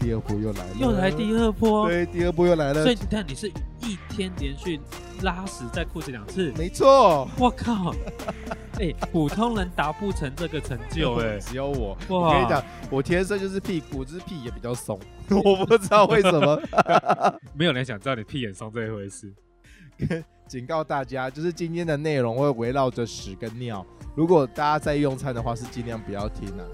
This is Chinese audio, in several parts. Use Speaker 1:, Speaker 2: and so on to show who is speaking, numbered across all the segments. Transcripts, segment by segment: Speaker 1: 第二波又来了，
Speaker 2: 又来第二波，
Speaker 1: 对，啊第二波又来了
Speaker 2: 所，以你看你是一天连续拉屎在裤子两次，
Speaker 1: 没错，
Speaker 2: 我靠！哎、普通人达不成这个成就哎、
Speaker 1: 只有欸我。我
Speaker 2: 哇！
Speaker 1: 跟你讲，我天生就是屁股，只是屁也比较松， 我不知道为什么。
Speaker 2: 没有人想知道你屁眼松这一回事。
Speaker 1: 警告大家，就是今天的内容会围绕着屎跟尿。如果大家在用餐的话，是尽量不要听啊。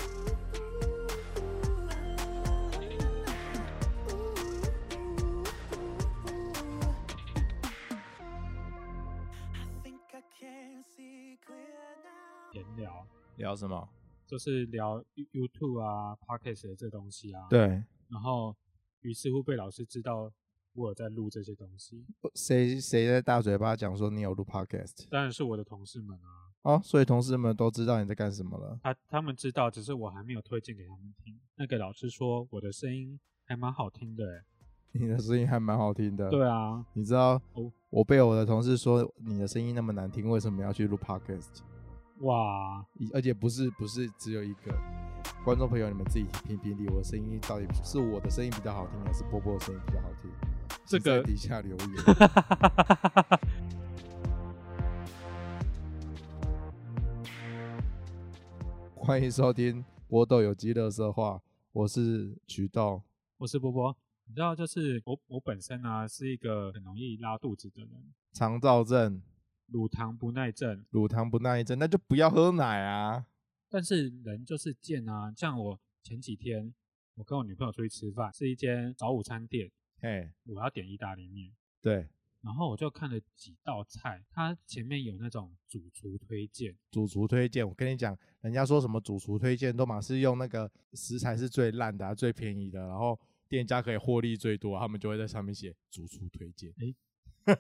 Speaker 3: think I can see clear now.
Speaker 2: 闲聊
Speaker 1: 聊什么？
Speaker 2: 就是聊 You- YouTube 啊、Podcast 的这东西啊。。
Speaker 1: 对，
Speaker 2: 然后，于是乎被老师知道我有在录这些东西，
Speaker 1: 谁谁在大嘴巴讲说你有录 podcast
Speaker 2: 当然是我的同事们啊，
Speaker 1: 哦，所以同事们都知道你在干什么了。
Speaker 2: 他他们知道，只是我还没有推荐给他们听。那个老师说我的声音还蛮好听的、欸，
Speaker 1: 你的声音还蛮好听的。
Speaker 2: 对，啊，
Speaker 1: 你知道
Speaker 2: 哦
Speaker 1: 我被我的同事说你的声音那么难听，为什么要去录 podcast？
Speaker 2: 哇，
Speaker 1: 一而且不是不是只有一个。观众朋友，你们自己评评理，我的声音到底是我的声音比较好听，还是波波的声音比较好听？
Speaker 2: 这
Speaker 1: 请在
Speaker 2: 个
Speaker 1: 底下留言。 欢迎收听《波豆有机乐色话》，我是渠道。
Speaker 2: 我是波波。你知道，就是我我本身啊是一个很容易拉肚子的人，
Speaker 1: 肠燥症、
Speaker 2: 乳糖不耐症，
Speaker 1: 乳糖不耐症，那就不要喝奶啊！
Speaker 2: 但是人就是贱啊。像我前几天，我跟我女朋友出去吃饭，是一间早午餐店，
Speaker 1: 嘿，
Speaker 2: 我要点意大利面，
Speaker 1: 对，
Speaker 2: 然后我就看了几道菜，它前面有那种主厨推荐，
Speaker 1: 主厨推荐，我跟你讲，人家说什么主厨推荐都嘛是用那个食材是最烂的、啊、最便宜的，然后店家可以获利最多啊、他们就会在上面写主厨推荐。
Speaker 2: 诶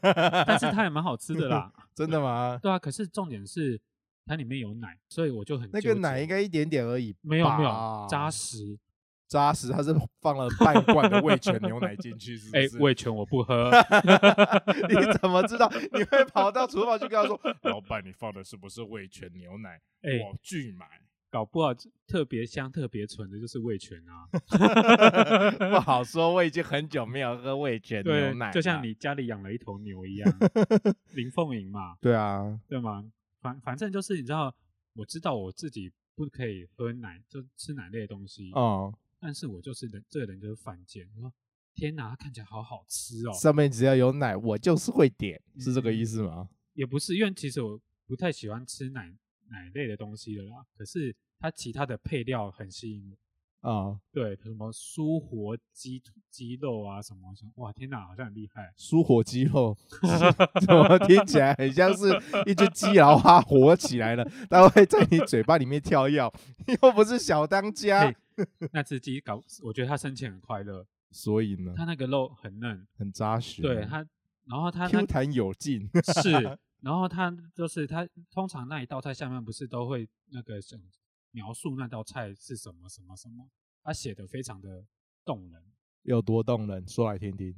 Speaker 2: 但
Speaker 1: 但
Speaker 2: 是它也蛮好吃的啦。
Speaker 1: 真的吗？
Speaker 2: 对啊，可是重点是它里面有奶，所以我就很
Speaker 1: 那
Speaker 2: 纠
Speaker 1: 个
Speaker 2: 结
Speaker 1: 奶应该一点点而已吧，
Speaker 2: 没有没有扎实。
Speaker 1: 扎实，它是放了半罐的味全牛奶进去，是不
Speaker 2: 哎，
Speaker 1: 是？
Speaker 2: 味全我不喝，
Speaker 1: 你怎么知道？你会跑到厨房去跟他说：“老板，你放的是不是味全牛奶？
Speaker 2: 哎，
Speaker 1: 我拒 买。”
Speaker 2: 搞不好特别香、特别纯的就是味全啊。
Speaker 1: 不好说，我已经很久没有喝味全牛
Speaker 2: 对
Speaker 1: 奶，了，
Speaker 2: 就像你家里养了一头牛一样， 林凤营嘛，
Speaker 1: 对啊，
Speaker 2: 对吗？反反正就是你知道，我知道我自己不可以喝奶，就吃奶类的东西，
Speaker 1: 哦，
Speaker 2: 但是我就是人，这个人就是犯贱。我说天哪，它看起来好好吃哦，
Speaker 1: 上面只要有奶，我就是会点，是这个意思吗？
Speaker 2: 也不是，因为其实我不太喜欢吃奶奶类的东西的啦，可是它其他的配料很吸引我。
Speaker 1: 啊、
Speaker 2: 对，什么蔬活鸡鸡肉啊，什么，我想哇，天哪，好像很厉害。
Speaker 1: 蔬火鸡肉 怎么听起来很像是一只鸡，然后它活起来了，它会在你嘴巴里面跳跃，又不是小当家
Speaker 2: 嘿，那只鸡搞，我觉得它生前很快乐，
Speaker 1: 所以呢，
Speaker 2: 它那个肉很嫩，
Speaker 1: 很扎实，啊
Speaker 2: 对它，然后它那
Speaker 1: ，Q 啊弹有劲，
Speaker 2: 是，然后它就是它通常那一道菜下面不是都会那个想描述那道菜是什么什么什么，它写的非常的动人，
Speaker 1: 有多动人，说来听 听。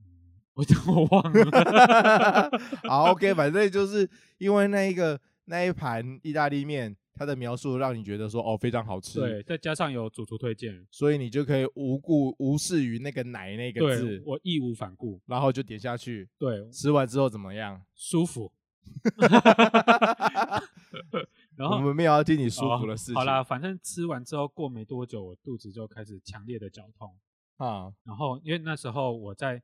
Speaker 2: 嗯，我我 忘了，
Speaker 1: 好，OK，反正就是因为那一个那一盘意大利面，它的描述让你觉得说哦非常好吃，
Speaker 2: 对，，再加上有主厨推荐，
Speaker 1: 所以你就可以无故无视于那个奶那个
Speaker 2: 对
Speaker 1: 字，
Speaker 2: 我义无反顾，
Speaker 1: 然后就点下去，
Speaker 2: 对，
Speaker 1: 吃完之后怎么样？
Speaker 2: 舒服，
Speaker 1: 我
Speaker 2: 然后哦
Speaker 1: 们没有要听你舒服的事情。
Speaker 2: 好啦，反正吃完之后过没多久，我肚子就开始强烈的绞痛。
Speaker 1: 啊，
Speaker 2: 然后因为那时候我在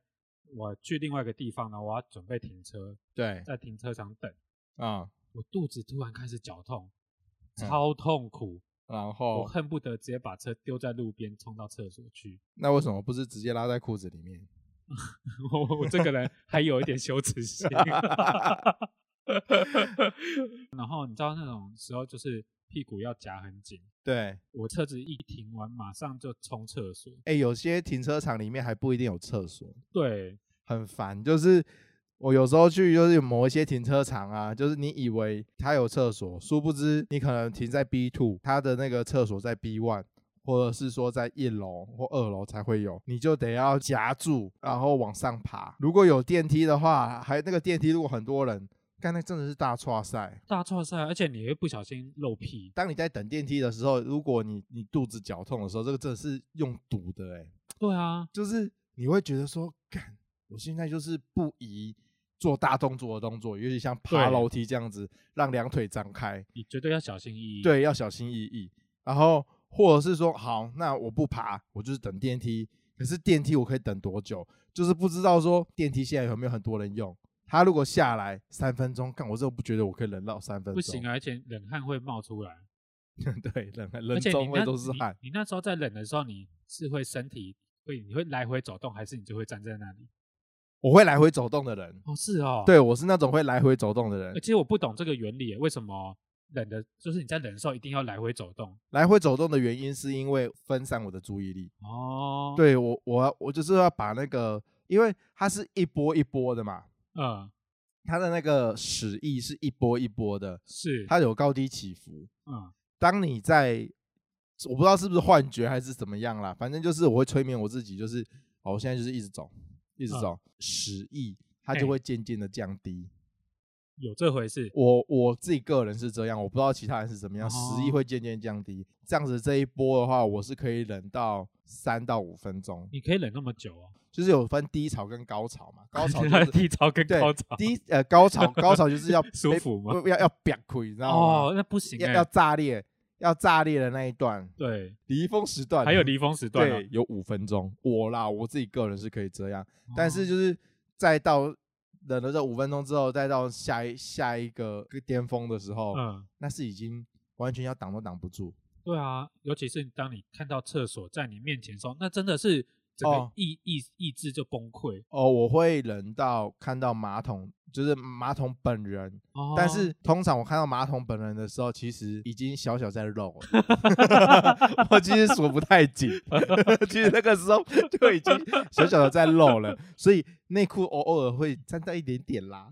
Speaker 2: 我去另外一个地方呢，我要准备停车，
Speaker 1: 对
Speaker 2: 在停车场等，
Speaker 1: 啊，
Speaker 2: 我肚子突然开始绞痛，
Speaker 1: 嗯哦
Speaker 2: 超痛苦，
Speaker 1: 然
Speaker 2: 我
Speaker 1: 后
Speaker 2: 恨不得直接把车丢在路边，冲到厕所去。
Speaker 1: 那为什么不是直接拉在裤子里面？
Speaker 2: 我我这个人还有一点羞耻心。 然后你知道那种时候就是屁股要夹很紧，
Speaker 1: 对，
Speaker 2: 我车子一停完马上就冲厕所。
Speaker 1: 哎，有些停车场里面还不一定有厕所，
Speaker 2: 对，
Speaker 1: 很烦。就是我有时候去，就是某一些停车场啊，就是你以为它有厕所，殊不知你可能停在 B two，它的那个厕所在 B one。或者是说在一楼或二楼才会有，你就得要夹住，然后往上爬。如果有电梯的话，还那个电梯如果很多人，干那真的是大错赛。
Speaker 2: 大错赛，而且你会不小心漏屁。
Speaker 1: 当你在等电梯的时候，如果你你肚子绞痛的时候，这个真的是用堵的哎、
Speaker 2: 对啊，
Speaker 1: 就是你会觉得说，干，我现在就是不宜做大动作的动作，尤其像爬
Speaker 2: 对
Speaker 1: 楼梯这样子，让两腿张开，
Speaker 2: 你绝对要小心翼翼。
Speaker 1: 对，要小心翼翼。然后或者是说，好，那我不爬，我就是等电梯。可是电梯我可以等多久？就是不知道说电梯现在有没有很多人用。他如果下来三分钟，干我真的不觉得我可以忍到三分钟。
Speaker 2: 不行啊，而且冷汗会冒出来，
Speaker 1: 对，人
Speaker 2: 而
Speaker 1: 人
Speaker 2: 且你
Speaker 1: 中
Speaker 2: 那
Speaker 1: 会都是
Speaker 2: 你
Speaker 1: 汗。
Speaker 2: 你那时候在冷的时候，你是会身体会你会来回走动，还是你就会站在那里？
Speaker 1: 我会来回走动的人，
Speaker 2: 哦，是哦，
Speaker 1: 对我是那种会来回走动的人
Speaker 2: 呃。。其实我不懂这个原理耶，为什么冷的，就是你在冷的时候一定要来回走动
Speaker 1: 来回走动的原因是因为分散我的注意力。
Speaker 2: 哦。，
Speaker 1: 对我，我要我就是要把那个，因为它是一波一波的嘛，
Speaker 2: 嗯，
Speaker 1: 它的那个屎意是一波一波的，
Speaker 2: 是，
Speaker 1: 它有高低起伏。
Speaker 2: 嗯，
Speaker 1: 当你在，我不知道是不是幻觉还是怎么样啦，反正就是我会催眠我自己，就是哦，我现在就是一直走，一直
Speaker 2: 嗯哎
Speaker 1: 走，屎意它
Speaker 2: 嘿
Speaker 1: 就会渐渐的降低。
Speaker 2: 有这回事，
Speaker 1: 我我自己个人是这样，我不知道其他人是怎么样，十亿
Speaker 2: 哦
Speaker 1: 会渐渐降低。这样子这一波的话，我是可以忍到三到五分钟，
Speaker 2: 你可以冷那么久 哦。
Speaker 1: 就是有分低潮跟高潮嘛。高 潮就
Speaker 2: 还有
Speaker 1: 是
Speaker 2: 低潮跟
Speaker 1: 对
Speaker 2: 高潮，
Speaker 1: 低呃高潮，高潮就是要
Speaker 2: 舒
Speaker 1: 被
Speaker 2: 服吗
Speaker 1: 不要要表亏，你知道
Speaker 2: 哦
Speaker 1: 吗？，
Speaker 2: 那不行
Speaker 1: 要
Speaker 2: 哎
Speaker 1: 要。炸裂，要炸裂的那一段，
Speaker 2: 对，
Speaker 1: 离峰时段
Speaker 2: 还有离峰时段哦
Speaker 1: 对，有五分钟。我啦，我自己个人是可以这样，但是
Speaker 2: 哦
Speaker 1: 就是再到忍了这五分钟之后，再到下一下一个巅峰的时候，
Speaker 2: 嗯，
Speaker 1: 那是已经完全要挡都挡不住。
Speaker 2: 对啊，尤其是当你看到厕所在你面前的时候，那真的是整个
Speaker 1: 哦
Speaker 2: 意意意志就崩溃。
Speaker 1: 哦，我会忍到看到马桶，就是马桶本人。
Speaker 2: 哦，
Speaker 1: 但是通常我看到马桶本人的时候，其实已经小小在漏了，我其实锁不太紧， 其实那个时候就已经小小的在漏了，所以内裤偶偶尔会沾到一点点啦。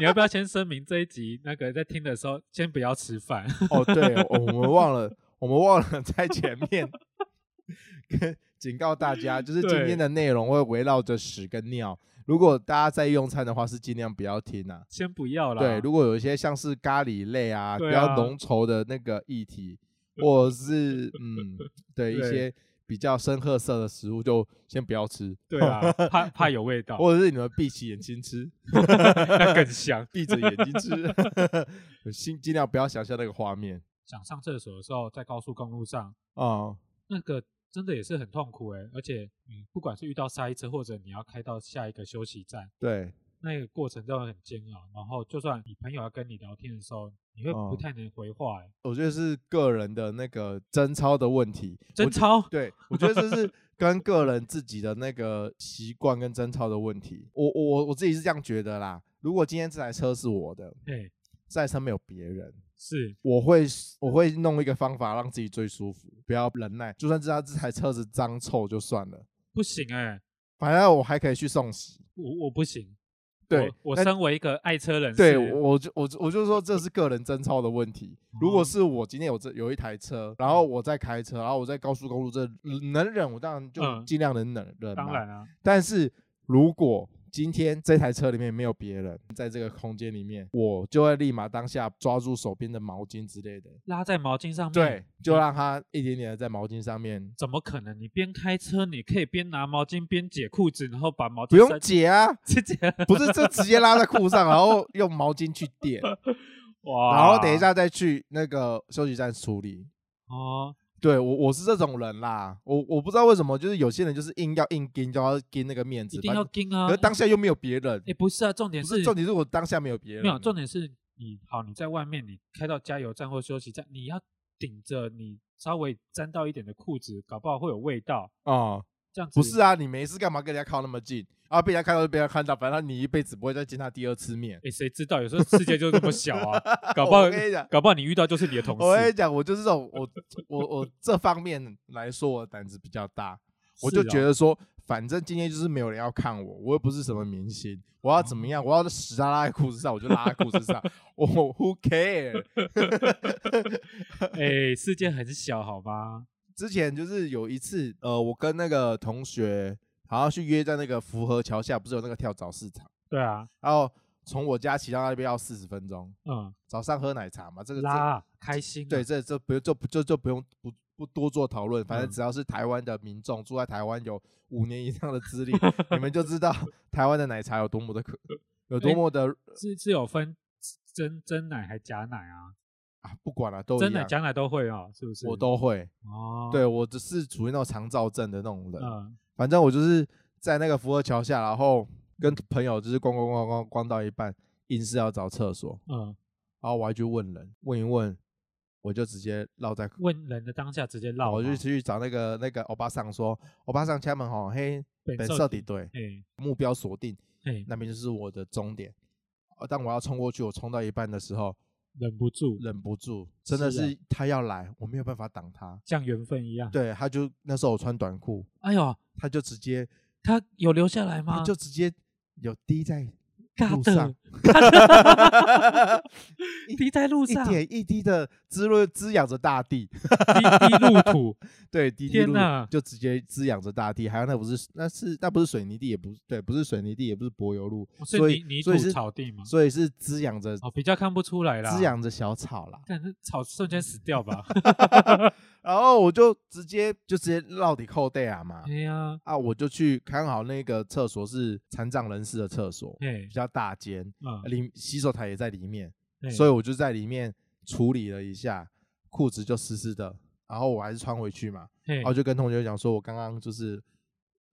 Speaker 2: 你要不要先声明这一集那个在听的时候先不要吃饭？
Speaker 1: 哦，对，我我们忘了，我们忘了 在前面跟警告大家，就是今
Speaker 2: 对
Speaker 1: 天的内容会围绕着屎跟尿。如果大家在用餐的话，是尽量不要听啊。
Speaker 2: 先不要啦。
Speaker 1: 对，如果有一些像是咖喱类啊，比
Speaker 2: 对
Speaker 1: 较
Speaker 2: 啊
Speaker 1: 浓稠的那个议 题，或者是嗯，对一
Speaker 2: 对
Speaker 1: 些比较深褐色的食物，就先不要吃，
Speaker 2: 对啊，怕怕有味道，
Speaker 1: 或者是你们闭起眼睛吃，
Speaker 2: 那更香。
Speaker 1: 闭着眼睛吃， 尽尽量不要想象那个画面
Speaker 2: 想上厕所的时候，在高速公路上，
Speaker 1: 啊。嗯
Speaker 2: 那个真的也是很痛苦哎、而且你不管是遇到塞车，或者你要开到下一个休息站，
Speaker 1: 对，
Speaker 2: 那个过程都很煎熬。然后就算你朋友要跟你聊天的时候，你会不
Speaker 1: 哦
Speaker 2: 太能回话哎、
Speaker 1: 我觉得是个人的那个贞操的问题。
Speaker 2: 真
Speaker 1: 我觉
Speaker 2: 超
Speaker 1: 对，我觉得这是跟个人自己的那个习惯跟贞操的问题。我我我自己是这样觉得啦。如果今天这台车是我的，
Speaker 2: 哎、
Speaker 1: 这台车没有别人，
Speaker 2: 是
Speaker 1: 我会我会弄一个方法让自己最舒服，不要忍耐。就算知道这台车子脏臭就算了，
Speaker 2: 不行哎、
Speaker 1: 反正我还可以去送洗。
Speaker 2: 我我不行。
Speaker 1: 对
Speaker 2: 我，我
Speaker 1: 那
Speaker 2: 身为一个爱车人士，
Speaker 1: 对，我就我就我就说这是个人贞操的问题。如
Speaker 2: 哦
Speaker 1: 果是我今天有这有一台车，然后我在开车，然后我在高速公路这嗯能忍，我当然就
Speaker 2: 嗯
Speaker 1: 尽量能忍忍、
Speaker 2: 当，然啊，
Speaker 1: 但是如果今天这台车里面没有别人，在这个空间里面，我就会立马当下抓住手边的毛巾之类的，
Speaker 2: 拉在毛巾上面，
Speaker 1: 对，
Speaker 2: 嗯
Speaker 1: 就让它一点点的在毛巾上面，
Speaker 2: 怎么可能？你边开车，你可以边拿毛巾边解裤子，然后把毛巾
Speaker 1: 不用
Speaker 2: 塞
Speaker 1: 解啊，
Speaker 2: 直接
Speaker 1: 不是就直接拉在裤上，然后用毛巾去 垫，
Speaker 2: 哇！
Speaker 1: 然后等一下再去那个休息站处理。
Speaker 2: 哦，
Speaker 1: 对我我是这种人啦，我我不知道为什么，就是有些人就是硬要硬盯，就要盯那个面子，
Speaker 2: 一定要
Speaker 1: 反
Speaker 2: 盯
Speaker 1: 正
Speaker 2: 啊！
Speaker 1: 可是当下又没有别人
Speaker 2: 哎，，不是啊，重点
Speaker 1: 不是重点是我当下没有别人，
Speaker 2: 没有，重点是你好，你在外面，你开到加油站或休息站，你要顶着你稍微沾到一点的裤子，搞不好会有味道。
Speaker 1: 啊、
Speaker 2: 这样子
Speaker 1: 不是啊，你没事干嘛跟人家靠那么近？啊，被人家看到就被人家看到，反正你一辈子不会再见他第二次面。哦
Speaker 2: 哎，谁知道？有时候世界就这么小 啊，搞不好
Speaker 1: 我跟你讲，
Speaker 2: 搞不好你遇到就是你的同
Speaker 1: 我跟你
Speaker 2: 事。
Speaker 1: 讲，我就是这种，我我我这方面来说，我胆子比较大，我
Speaker 2: 是
Speaker 1: 就
Speaker 2: 哦
Speaker 1: 觉得说，反正今天就是没有人要看我，我又不是什么明星，我要怎么样？
Speaker 2: 哦
Speaker 1: 我要屎拉拉在裤子上，我就拉在裤子 上，我 who care？
Speaker 2: 哎，世界很小，好吗？
Speaker 1: 之前就是有一次，呃，我跟那个同学好像去约在那个福和桥下，不是有那个跳蚤市场，
Speaker 2: 对啊，
Speaker 1: 然后从我家骑到那边要四十分钟。
Speaker 2: 嗯，
Speaker 1: 早上喝奶茶嘛，这个这
Speaker 2: 拉开心啊，
Speaker 1: 对，这这不就不就就不用不不多做讨论，反正
Speaker 2: 嗯
Speaker 1: 只要是台湾的民众住在台湾有五年以上的资历， 你们就知道台湾的奶茶有多么的可， 有多
Speaker 2: 诶
Speaker 1: 么的
Speaker 2: 是是有分真真奶还假奶啊？
Speaker 1: 啊，不管了、都一
Speaker 2: 真奶
Speaker 1: 样，
Speaker 2: 假奶都会哦，是不是？
Speaker 1: 我都会。
Speaker 2: 哦，
Speaker 1: 对我只是属于那种肠燥症的那种人，
Speaker 2: 嗯，
Speaker 1: 反正我就是在那个福和桥下，然后跟朋友就是逛逛逛逛逛到一半，硬是要找厕所，
Speaker 2: 嗯，
Speaker 1: 然后我还去问人，问一问，我就直接落在，
Speaker 2: 问人的当下直接唠嘛，
Speaker 1: 我就去找那个那个欧巴桑说，欧巴桑敲门吼，嘿，
Speaker 2: 本
Speaker 1: 本
Speaker 2: 色
Speaker 1: 色
Speaker 2: 底
Speaker 1: 底对，
Speaker 2: 哎
Speaker 1: 目标锁定，
Speaker 2: 哎，
Speaker 1: 那边就是我的终点。呃当我要冲过去，我冲到一半的时候，
Speaker 2: 忍不住
Speaker 1: 忍不住，真的
Speaker 2: 是啊
Speaker 1: 是他要来，我没有办法挡他。
Speaker 2: 像缘分一样。，
Speaker 1: 对，他就那时候我穿短裤，
Speaker 2: 哎呦，
Speaker 1: 他就直接，
Speaker 2: 他有留下来
Speaker 1: 他
Speaker 2: 吗？
Speaker 1: 就直接有滴在
Speaker 2: 尬
Speaker 1: 路
Speaker 2: 的
Speaker 1: 上，一
Speaker 2: 滴在路
Speaker 1: 一
Speaker 2: 上，滴
Speaker 1: 点一滴的滋润滋养着大地，
Speaker 2: 滴入土，
Speaker 1: 对，滴滴
Speaker 2: 天
Speaker 1: 露
Speaker 2: 哪
Speaker 1: 就直接滋养着大地。还有那不是那是那不是水泥地，也不是对，不是水泥地，也不是柏油路，
Speaker 2: 哦是
Speaker 1: 所
Speaker 2: 泥
Speaker 1: 以
Speaker 2: 泥
Speaker 1: 所以
Speaker 2: 土
Speaker 1: 是
Speaker 2: 草地吗
Speaker 1: 所以是滋养着
Speaker 2: 哦哦，比较看不出来啦。
Speaker 1: 滋养着小草啦。
Speaker 2: 干，但草瞬间死 掉吧？
Speaker 1: 然后我就直接就直接绕底扣带啊嘛
Speaker 2: 哎，呀，
Speaker 1: 啊，我就去看好那个厕所是残障人士的厕所，
Speaker 2: 哎
Speaker 1: 比，较大间，
Speaker 2: 嗯，
Speaker 1: 里洗手台也在里面，
Speaker 2: 哎
Speaker 1: 所以我就在里面处理了一下，裤子就湿湿的，然后我还是穿回去嘛，
Speaker 2: 哎
Speaker 1: 然后就跟同学讲说，我刚刚就是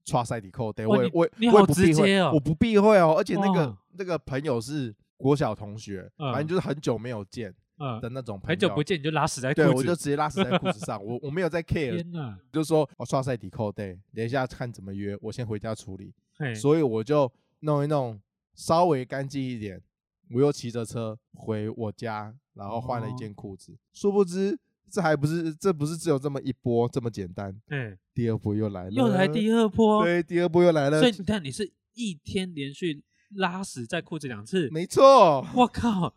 Speaker 1: 穿塞底扣带，
Speaker 2: 哇
Speaker 1: 我也
Speaker 2: 你
Speaker 1: 我也
Speaker 2: 你
Speaker 1: 我也
Speaker 2: 好
Speaker 1: 不
Speaker 2: 直
Speaker 1: 避讳
Speaker 2: 接哦
Speaker 1: 我不避讳哦，而且那个
Speaker 2: 哇
Speaker 1: 那个朋友是国小同学，
Speaker 2: 嗯
Speaker 1: 反正就是很久没有见的
Speaker 2: 嗯，
Speaker 1: 那种朋友，
Speaker 2: 很久不见你就拉屎在
Speaker 1: 对，
Speaker 2: 裤
Speaker 1: 我就
Speaker 2: 子，
Speaker 1: 直接拉屎在裤子上， 我我没有在 care，
Speaker 2: 天哪，
Speaker 1: 就说我刷塞抵扣 day，等一下看怎么约，我先回家处理，
Speaker 2: 嘿，
Speaker 1: 所以我就弄一弄，稍微干净一点，我又骑着车回我家，然后换了一
Speaker 2: 哦
Speaker 1: 件裤子，殊不知这还不是这不是只有这么一波这么简单，
Speaker 2: 哎，
Speaker 1: 第二波又来了，
Speaker 2: 又来第
Speaker 1: 二
Speaker 2: 二波，
Speaker 1: 对，第二波又来了
Speaker 2: 所，以你看你是一天连续拉屎在裤子两次，
Speaker 1: 没错，，
Speaker 2: 我靠，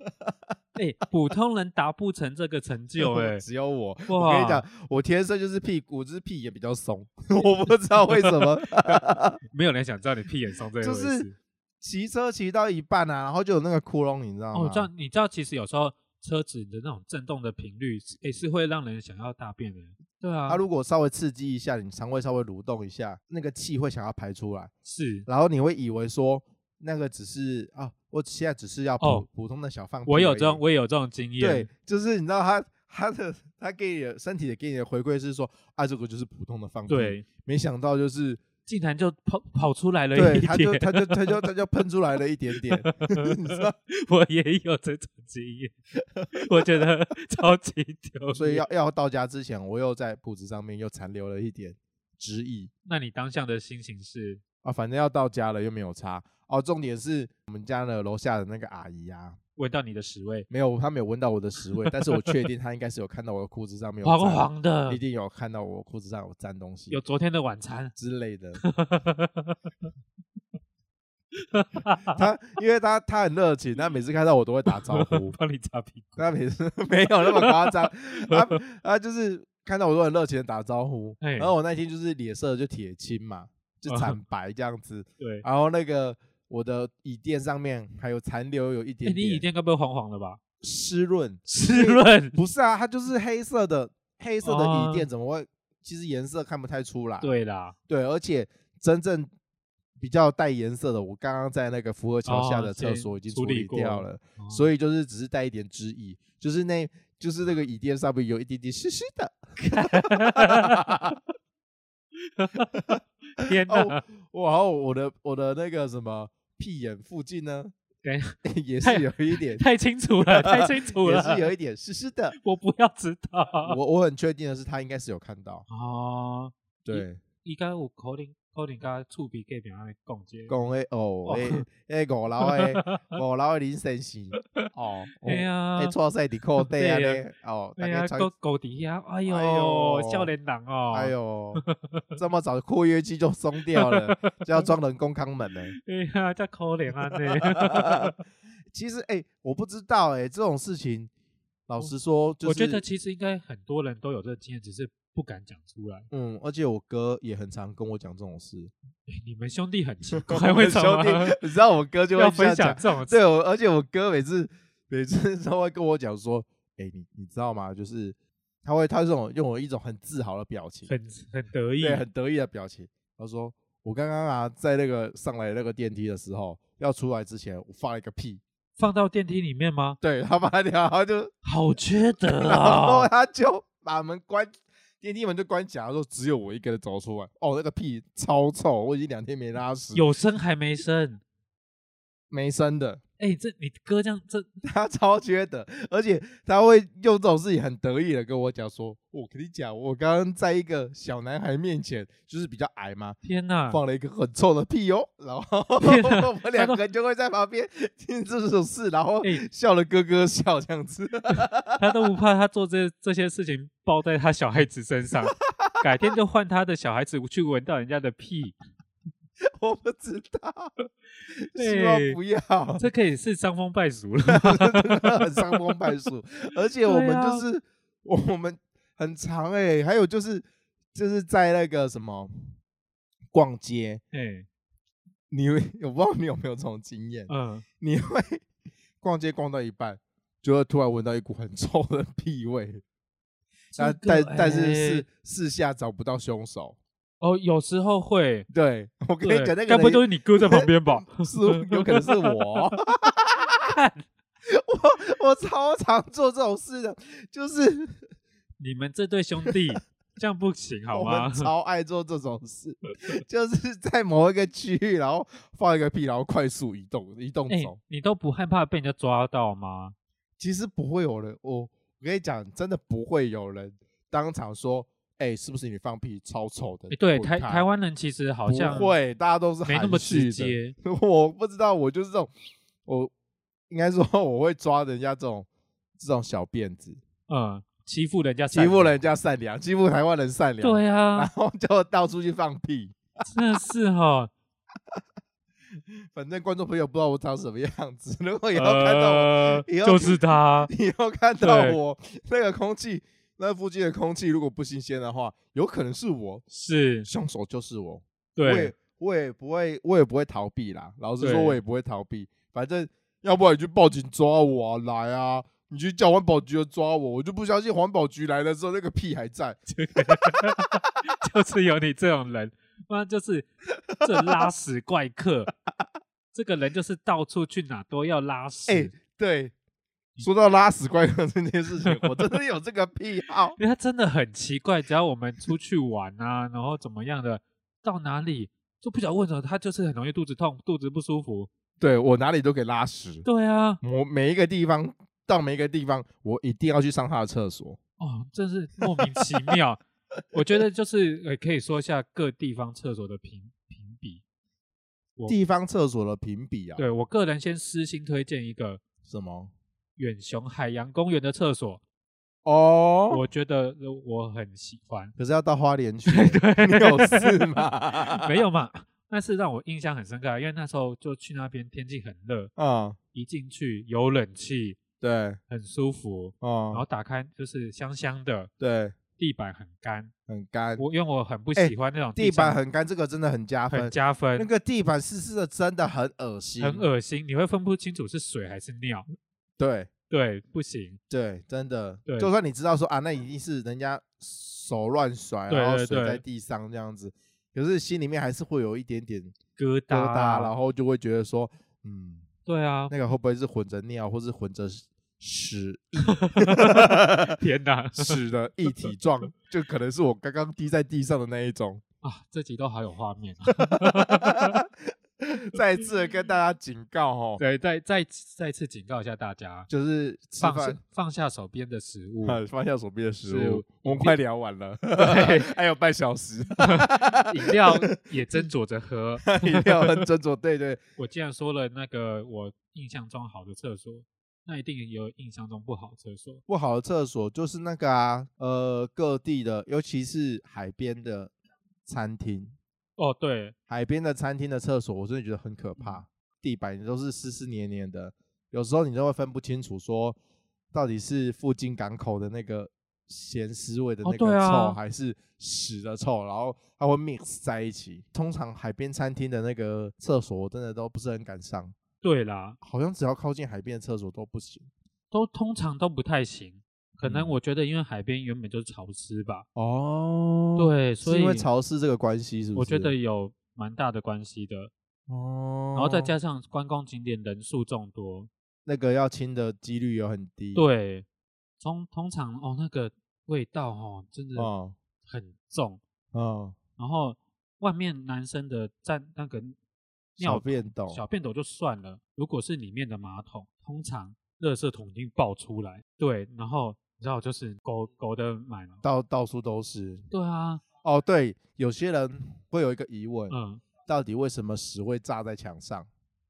Speaker 2: 哎，普通人达不成这个成就，哎
Speaker 1: 只有 我。我
Speaker 2: 哇，
Speaker 1: 跟你讲，我天生就是屁股，就是屁眼比较松， 我不知道为什 么。
Speaker 2: 没有人想知道你屁眼松这一
Speaker 1: 就
Speaker 2: 回
Speaker 1: 是
Speaker 2: 事。
Speaker 1: 骑车骑到一半啊，然后就有那个窟窿，你知道吗？
Speaker 2: 哦，这样你知道，其实有时候车子的那种震动的频率是，也是会让人想要大便的。对啊，
Speaker 1: 它如果稍微刺激一下，你肠胃稍微蠕动一下，那个气会想要排出来，
Speaker 2: 是
Speaker 1: 然后你会以为说那个只是啊，我现在只是要普、
Speaker 2: 哦
Speaker 1: 普通的小放屁而已。
Speaker 2: 我有这种，我也有这种经验。
Speaker 1: 对，就是你知道他他的他给你的身体的给你的回馈是说啊，这个就是普通的放屁。，
Speaker 2: 对，
Speaker 1: 没想到就是
Speaker 2: 竟然就跑跑出来了
Speaker 1: 对，
Speaker 2: 一
Speaker 1: 他
Speaker 2: 点
Speaker 1: 就，他就他就他就喷出来了一点 点， 你知道，
Speaker 2: 我也有这种经验，我觉得超级丢。
Speaker 1: 所以要，要到家之前，我又在裤子上面又残留了一点汁液。
Speaker 2: 那你当下的心情是，
Speaker 1: 啊，反正要到家了又没有差哦。重点是我们家的楼下的那个阿姨啊，
Speaker 2: 闻到你的屎味，
Speaker 1: 没有，她没有闻到我的屎味，但是我确定她应该是有看到我的裤子上 面有
Speaker 2: 黄
Speaker 1: 沾
Speaker 2: 黄的
Speaker 1: 一，定有看到我裤子上有沾东西，。
Speaker 2: 有昨天的晚餐
Speaker 1: 之 类的。她因为她她很热情，她每次看到我都会打招
Speaker 2: ，
Speaker 1: 呼
Speaker 2: 帮你擦屁 股。
Speaker 1: 她每次没有那么夸张，她她就是看到我都很热情的打招呼，
Speaker 2: 嘿
Speaker 1: 然后我那天就是脸色就铁青嘛，就
Speaker 2: 嗯
Speaker 1: 惨白这样子，
Speaker 2: 对，
Speaker 1: 然后那个我的椅垫上面还有残留有一
Speaker 2: 哎，
Speaker 1: 点
Speaker 2: 你椅
Speaker 1: 点
Speaker 2: 垫该不会黄黄的吧？
Speaker 1: 湿润，
Speaker 2: 湿润。
Speaker 1: 不是啊，它就是黑色的黑色的椅
Speaker 2: 哦
Speaker 1: 垫，怎么会？其实颜色看不太出来。
Speaker 2: 对啦，
Speaker 1: 对，而且真正比较带颜色的，我刚刚在那个福和桥下
Speaker 2: 哦
Speaker 1: 的厕
Speaker 2: 先
Speaker 1: 所已经
Speaker 2: 处
Speaker 1: 处
Speaker 2: 理
Speaker 1: 理掉
Speaker 2: 过
Speaker 1: 了，
Speaker 2: 哦
Speaker 1: 所以就是只是带一点汁液，就是那就是那个椅垫上面有一点点湿湿的。
Speaker 2: 天
Speaker 1: 哦
Speaker 2: 哪！
Speaker 1: 哇，然后我的我的那个什么屁眼附近呢，
Speaker 2: 等一下
Speaker 1: 也
Speaker 2: 哎太
Speaker 1: 是有一点，
Speaker 2: 太清楚 了，太清楚
Speaker 1: 也
Speaker 2: 了，哦
Speaker 1: 是有 一点湿湿的。
Speaker 2: 我不要知道。
Speaker 1: 我我很确定的是，他应该是有看到。
Speaker 2: 哦，
Speaker 1: 对，
Speaker 2: 伊家有可能可能甲厝边隔壁安尼讲者，
Speaker 1: 讲诶哦
Speaker 2: 哦，
Speaker 1: 诶诶五楼诶五楼诶林先生哦，
Speaker 2: 哎呀
Speaker 1: 诶错晒伫裤底啊
Speaker 2: 对
Speaker 1: 咧，哦，大
Speaker 2: 哎
Speaker 1: 家
Speaker 2: 呀，
Speaker 1: 穿，
Speaker 2: 狗狗底下，哎
Speaker 1: 呦
Speaker 2: 呦，少年人哦，
Speaker 1: 哎，呦，这么早括约肌就松掉 了，就要装人工肛门了。
Speaker 2: 哎呀， 这可怜啊呢。
Speaker 1: 其实诶，我不知道诶，这种事情，老实说，就是
Speaker 2: 我觉得其实应该很多人都有这个经验，只是不敢讲出来。
Speaker 1: 嗯，而且我哥也很常跟我讲这种事，
Speaker 2: 哎你们兄弟很 奇
Speaker 1: 我
Speaker 2: 怪，为
Speaker 1: 们
Speaker 2: 什
Speaker 1: 兄
Speaker 2: 么
Speaker 1: 弟， 你知道我哥就会
Speaker 2: 要
Speaker 1: 这样
Speaker 2: 分
Speaker 1: 讲
Speaker 2: 享这种？
Speaker 1: 对，我而且我哥每次每次都会跟我讲说，哎、你你知道吗？就是他会他这种用我一种很自豪的表情，
Speaker 2: 很很得意，
Speaker 1: 对，很得意的表情。他说：“我刚刚啊，在那个上来那个电梯的时候，要出来之前，我放了一个屁。
Speaker 2: 放到电梯里面吗？
Speaker 1: 对他把掉，然后就，
Speaker 2: 好 缺德
Speaker 1: 然后
Speaker 2: 啊！
Speaker 1: 他就把门关，电梯门就关起来。他说只有我一个人走出来。哦，那个屁超臭，我已经两天没拉屎，
Speaker 2: 有生还没生，
Speaker 1: 没声的。
Speaker 2: 哎、这你哥这样这
Speaker 1: 他超缺德，而且他会用这种事情很得意的跟我讲说：我跟你讲，我刚刚在一个小男孩面前，就是比较矮嘛，
Speaker 2: 天哪！
Speaker 1: 放了一个很臭的屁哟、 然后
Speaker 2: 天哪
Speaker 1: 我们两
Speaker 2: 他
Speaker 1: 个就会在旁边 听这种事，然后
Speaker 2: 哎
Speaker 1: 笑了咯咯笑这样子。
Speaker 2: 他都不怕他做这这些事情报在他小孩子 身上，改天就换他的小孩子去闻到人家的屁，
Speaker 1: 我不知道，希望
Speaker 2: 对
Speaker 1: 不要，
Speaker 2: 这可以是伤风败俗 了。
Speaker 1: 真的很伤风败 俗。而且我们
Speaker 2: 对啊
Speaker 1: 就是、我们很长哎、还有就是就是在那个什么逛街，
Speaker 2: 哎、
Speaker 1: 你会 我不知道你有没有这种经验，
Speaker 2: 嗯，
Speaker 1: 你会逛街逛到一半，就会突然闻到一股很臭的屁味。但
Speaker 2: 这
Speaker 1: 但
Speaker 2: 个
Speaker 1: 但是
Speaker 2: 哎
Speaker 1: 是四下找不到凶手。
Speaker 2: 哦，有时候会，
Speaker 1: 对我跟
Speaker 2: 对
Speaker 1: 你讲，那个
Speaker 2: 该不会
Speaker 1: 人
Speaker 2: 都是你哥在旁边吧？
Speaker 1: 是有可能是我。我我超常做这种事的，就是
Speaker 2: 你们这对兄 弟这样不行好啊
Speaker 1: 我
Speaker 2: 吗
Speaker 1: 们？超爱做这种事，就是在某一个区域，然后放一个屁，然后快速移动移动
Speaker 2: 哎、
Speaker 1: 走。
Speaker 2: 你都不害怕被人家抓到吗？
Speaker 1: 其实不会有人，我我跟你讲，真的不会有人当场说，哎、是不是你放屁超臭的？
Speaker 2: 哎、对，
Speaker 1: 滚
Speaker 2: 台
Speaker 1: 开
Speaker 2: 台湾人其实好像
Speaker 1: 不会，大家都是
Speaker 2: 没那
Speaker 1: 含
Speaker 2: 么
Speaker 1: 蓄
Speaker 2: 直
Speaker 1: 的。
Speaker 2: 接。
Speaker 1: 我不知道，我就是这种，我应该说 我会抓人家这种这种小辫子，
Speaker 2: 嗯，欺负人家，
Speaker 1: 欺负人，家善良，欺负台湾人善良，
Speaker 2: 对
Speaker 1: 然
Speaker 2: 啊，
Speaker 1: 后就到处去放屁。
Speaker 2: 真的 是哈。
Speaker 1: 反正观众朋友不知道我长什么样子，如果以后看到我，
Speaker 2: 呃，
Speaker 1: 以后
Speaker 2: 就是他，
Speaker 1: 以后看到
Speaker 2: 对
Speaker 1: 我那个空气，那附近的空气如果不新鲜的话，有可能是我，
Speaker 2: 是
Speaker 1: 凶手就是我。我
Speaker 2: 对
Speaker 1: 也，我也不会，我也不会逃避啦。老实说，
Speaker 2: 对
Speaker 1: 我也不会逃避。反正，要不然你去报警抓我啊，来啊！你去叫环保局的抓我，我就不相信环保局来的时候那个屁还在。
Speaker 2: 就是有你这种人，妈就是这拉屎怪客，这个人就是到处去哪都要拉屎。。
Speaker 1: 哎 对，说到拉屎怪客这件事情，我真的有这个癖好
Speaker 2: 因为他真的很奇怪，只要我们出去玩啊，然后怎么样的，到哪里就不晓得为什么他就是很容易肚子痛、肚子不舒服。
Speaker 1: 对我哪里都可以拉屎，
Speaker 2: 对啊，
Speaker 1: 我每一个地方到每一个地方，我一定要去上他的厕所。
Speaker 2: 哦，真是莫名其妙。 我觉得就是呃，可以说一下各地方厕所的评评比。我
Speaker 1: 地方厕所的评比啊，
Speaker 2: 对我个人先私心推荐一个
Speaker 1: 什么？
Speaker 2: 远雄海洋公园的厕所，
Speaker 1: 哦，
Speaker 2: 我觉得呃我很喜欢。
Speaker 1: 可是要到花莲去，你有事吗？
Speaker 2: 没有嘛？那是让我印象很深刻啊，因为那时候就去那边，天气很热，
Speaker 1: 嗯，
Speaker 2: 一进去有冷气，
Speaker 1: 对，
Speaker 2: 很舒服，然后
Speaker 1: 嗯，
Speaker 2: 打开就是香香的，
Speaker 1: 对，
Speaker 2: 地板很干。
Speaker 1: 很干，
Speaker 2: 我因为我很不
Speaker 1: 哎
Speaker 2: 喜欢那种
Speaker 1: 地
Speaker 2: 上
Speaker 1: 板很干，这个真的很加分
Speaker 2: 很。加分，
Speaker 1: 那个地板湿湿的，真的很恶心，
Speaker 2: 很。恶心，你会分不清楚是水还是尿。
Speaker 1: 对
Speaker 2: 对，不行，
Speaker 1: 对，真的。
Speaker 2: 对
Speaker 1: 就算你知道说啊，那一定是人家手乱甩，
Speaker 2: 对
Speaker 1: 然后
Speaker 2: 对
Speaker 1: 水
Speaker 2: 对
Speaker 1: 在地上这样子，可是心里面还是会有一点点疙
Speaker 2: 疙瘩，
Speaker 1: 瘩，然后就会觉得说，嗯，
Speaker 2: 对啊，
Speaker 1: 那个会不会是混着尿，或是混着 屎
Speaker 2: 天哪
Speaker 1: 屎的一体状，就可能是我刚刚滴在地上的那一种。
Speaker 2: 啊，这集都好有画面 啊！
Speaker 1: 再一次地跟大家警告哦，
Speaker 2: 对，再再再次警告一下大家，
Speaker 1: 就是吃
Speaker 2: 放
Speaker 1: 饭
Speaker 2: 下放下手边的食物，
Speaker 1: 呃放下手边的食
Speaker 2: 是
Speaker 1: 物，我们快聊完 了，
Speaker 2: 对
Speaker 1: 还有半小 时，
Speaker 2: 饮料 也斟酌着喝。
Speaker 1: 一定要很斟酌。对对，
Speaker 2: 我既然说了那个我印象中好的厕所，那一定也有印象中不好的厕所。
Speaker 1: 不好的厕所就是那个啊，呃，各地的，尤其是海边的餐厅，
Speaker 2: 哦，对，
Speaker 1: 海边的餐厅的厕所，我真的觉得很
Speaker 2: 嗯
Speaker 1: 可怕，地板都是湿湿黏黏的，有时候你都会分不清楚说到底是附近港口的那个咸湿味的
Speaker 2: 哦
Speaker 1: 那个
Speaker 2: 对
Speaker 1: 臭，
Speaker 2: 啊
Speaker 1: 还是屎的臭，然后它会 mix 在一起。通常海边餐厅的那个厕所，我真的都不是很敢上，
Speaker 2: 对啦，
Speaker 1: 好像只要靠近海边的厕所都不行。
Speaker 2: 都通常都不太行。可能
Speaker 1: 嗯
Speaker 2: 我觉得因为海边原本就是潮湿吧，
Speaker 1: 哦，，
Speaker 2: 对，所
Speaker 1: 是
Speaker 2: 以
Speaker 1: 因为潮湿这个关系，是不是？
Speaker 2: 我觉得有蛮大的关系的。
Speaker 1: 哦，
Speaker 2: 然后再加上观光景点人数众多，
Speaker 1: 那个要清的几率有很低，，
Speaker 2: 对，通通常哦那个味道哦真的
Speaker 1: 哦，
Speaker 2: 很重，
Speaker 1: 哦，
Speaker 2: 然后外面男生的站那个
Speaker 1: 小
Speaker 2: 尿
Speaker 1: 便
Speaker 2: 斗
Speaker 1: 斗
Speaker 2: 小便斗就算了，如果是里面的马桶，通常垃圾桶已经爆出来，对，然后你知道就是狗狗的满了，
Speaker 1: 到到处都是。
Speaker 2: 对啊，
Speaker 1: 哦，对，有些人会有一个疑问，
Speaker 2: 嗯，
Speaker 1: 到底为什么屎会炸在墙上？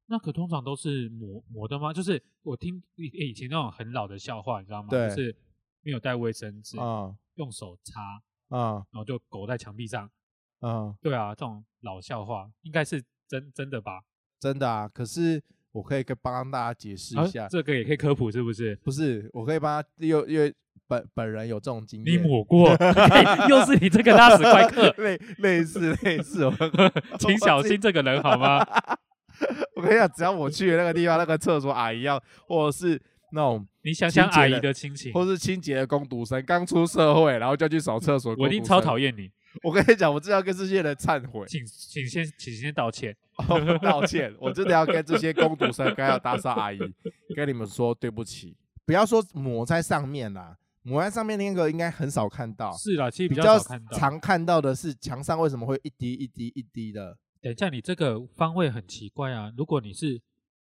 Speaker 2: 那个通常都是抹抹的吗？就是我听以以前那种很老的笑话，你知道吗？
Speaker 1: 对
Speaker 2: 就是没有带卫生纸，
Speaker 1: 啊
Speaker 2: 用手擦，
Speaker 1: 啊
Speaker 2: 然后就狗在墙壁上。
Speaker 1: 啊！
Speaker 2: 对啊，这种老笑话应该是真真的吧？
Speaker 1: 真的啊，可是我可以跟帮大家解释
Speaker 2: 啊
Speaker 1: 一下，
Speaker 2: 这个也可以科普是不是？
Speaker 1: 不是，我可以帮他，因为因为本本人有这种经
Speaker 2: 你
Speaker 1: 验，，
Speaker 2: 抹过， 又是你这个拉屎怪客
Speaker 1: 类类似类似，我
Speaker 2: 请小心这个人好吗？
Speaker 1: 我跟你讲，只要我去的那个地方，那个厕所阿姨要，或者是那种，
Speaker 2: 你想想
Speaker 1: 清洁
Speaker 2: 阿姨
Speaker 1: 人
Speaker 2: 的亲情，
Speaker 1: 或是清洁的工读生，刚出社会，然后就要去扫厕所，
Speaker 2: 我一定超讨
Speaker 1: 厌。
Speaker 2: 厌你，，
Speaker 1: 我跟你讲，我真的要跟这些人忏悔
Speaker 2: 请请先请先道歉。
Speaker 1: 我道歉，我真的要跟这些工读生、还有打扫阿姨，跟你们说对不起。不要说抹在上面啦，抹在上面那个应该很少看到，
Speaker 2: 是啦，其实
Speaker 1: 比
Speaker 2: 比
Speaker 1: 较
Speaker 2: 较少看到。
Speaker 1: 常看到的是墙上为什么会一滴一滴一滴的？
Speaker 2: 等一下，你这个方位很奇怪啊！如果你是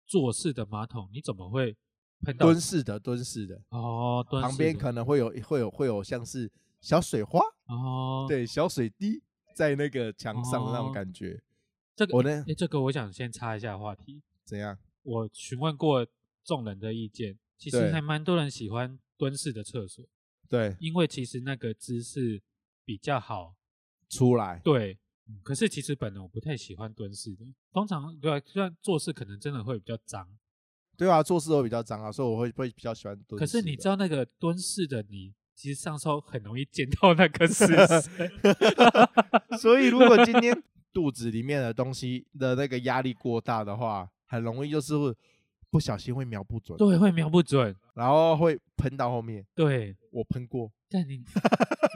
Speaker 2: 坐式的马桶，你怎么会喷到
Speaker 1: 蹲？式的，蹲式的，
Speaker 2: 哦，蹲
Speaker 1: 旁
Speaker 2: 式
Speaker 1: 边
Speaker 2: 的
Speaker 1: 可能会有会有会有像是小水花。
Speaker 2: 哦，，
Speaker 1: 对，小水滴在那个墙上的那
Speaker 2: 哦
Speaker 1: 种感觉，
Speaker 2: 这个
Speaker 1: 我呢
Speaker 2: 哎，这个我想先插一下话题。
Speaker 1: 怎样？
Speaker 2: 我询问过众人的意见，其实
Speaker 1: 对
Speaker 2: 还蛮多人喜欢蹲式的厕所，
Speaker 1: 对，
Speaker 2: 因为其实那个姿势比较好。
Speaker 1: 出来，
Speaker 2: 对，嗯可是其实本人我不太喜欢蹲式的，通常对、啊，虽然做事可能真的会比较脏，
Speaker 1: 对啊，做事都比较脏啊，所以我会会比较喜欢蹲。
Speaker 2: 可是你知，道那个蹲式的你，其实上手很容易溅到那个 屎水。
Speaker 1: 所以如果今天肚子里面的东西的那个压力过大的话，很容易就是会不小心会瞄不准，
Speaker 2: 对，会瞄不准。
Speaker 1: 然后会喷到后面。
Speaker 2: 对，
Speaker 1: 我喷过，
Speaker 2: 但你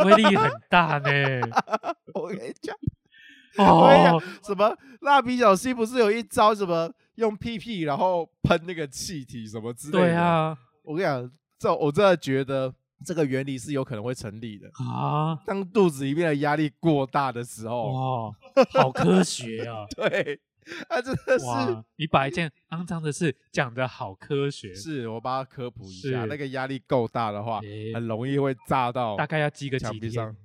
Speaker 2: 威力很大 呢。
Speaker 1: 我跟你讲，
Speaker 2: 哦，
Speaker 1: 什么蜡笔小新不是有一招什么用屁屁然后喷那个气体什么之类的？
Speaker 2: 对，啊，
Speaker 1: 我跟你讲，这我真的觉得这个原理是有可能会成立的。
Speaker 2: 啊，
Speaker 1: 当肚子里面的压力过大的时候，！
Speaker 2: 哦，好科学啊
Speaker 1: 对， 啊，真的
Speaker 2: 哇
Speaker 1: 是，
Speaker 2: 你把一件肮脏的事讲得好科学，
Speaker 1: 是我帮他科普一下，
Speaker 2: 是
Speaker 1: 那个压力够大的话，
Speaker 2: 诶
Speaker 1: 很容易会炸到
Speaker 2: 大概要积个
Speaker 1: 墙
Speaker 2: 几
Speaker 1: 壁上
Speaker 2: 天。。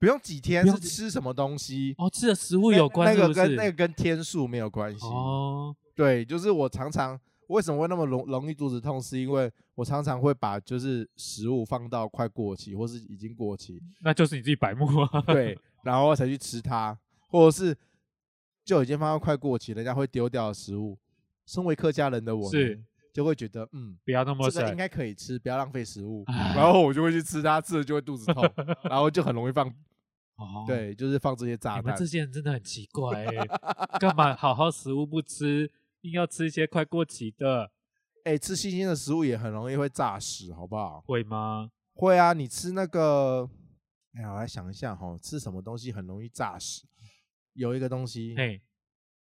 Speaker 1: 不用几天，
Speaker 2: 不用
Speaker 1: 是
Speaker 2: 几
Speaker 1: 吃什么东西
Speaker 2: 哦，吃的食物
Speaker 1: 那
Speaker 2: 有关
Speaker 1: 那
Speaker 2: 是
Speaker 1: 个
Speaker 2: 不
Speaker 1: 跟那个
Speaker 2: 是？
Speaker 1: 跟天数没有关系。
Speaker 2: 哦，
Speaker 1: 对，就是我常常为什么会那么容容易肚子痛，是因为我常常会把就是食物放到快过期或是已经过 期，
Speaker 2: 那就是你自己白目啊。
Speaker 1: 对，然后才去吃它，或者是就已经放到快过期，人家会丢掉的食物。身为客家人的我呢
Speaker 2: 是
Speaker 1: 就会觉得，嗯，
Speaker 2: 不要那么
Speaker 1: 这个应
Speaker 2: 省，
Speaker 1: 该可以吃，不要浪费食物。
Speaker 2: 唉
Speaker 1: 然后我就会去吃它，吃了就会肚子 痛，然后就很容易放，
Speaker 2: 哦，
Speaker 1: 对，就是放这些炸
Speaker 2: 你们
Speaker 1: 弹
Speaker 2: 这。些人真的很奇怪、欸，干嘛好好食物不吃，硬要吃一些快过期的，
Speaker 1: 哎，吃新鲜的食物也很容易会炸屎，好不好？
Speaker 2: 会吗？
Speaker 1: 会啊，你吃那个，哎呀，我来想一下哈，吃什么东西很容易炸屎？有一个东西，
Speaker 2: 嘿，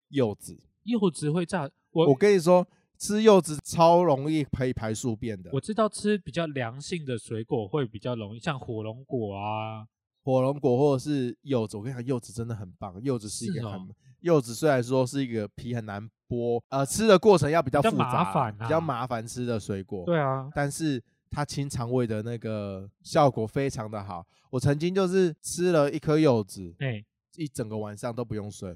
Speaker 1: 柚子。
Speaker 2: 柚子会炸，我
Speaker 1: 我
Speaker 2: 我
Speaker 1: 跟你说，吃柚子超容易可以排宿便的。
Speaker 2: 知道吃比较良性的水果会比较容易，像火龙果啊，
Speaker 1: 火龙果或者是柚子，我跟你讲，柚子真的很棒。柚子是一
Speaker 2: 是
Speaker 1: 个
Speaker 2: 哦
Speaker 1: 很，柚子虽然说是一个皮很难剥，呃，吃的过程要比较
Speaker 2: 比较
Speaker 1: 复杂，
Speaker 2: 麻烦
Speaker 1: 比较
Speaker 2: 啊
Speaker 1: 麻烦吃的水果。
Speaker 2: 对啊，
Speaker 1: 但是它清肠胃的那个效果非常的好。我曾经就是吃了一颗柚子，
Speaker 2: 哎，
Speaker 1: 一整个晚上都不用睡，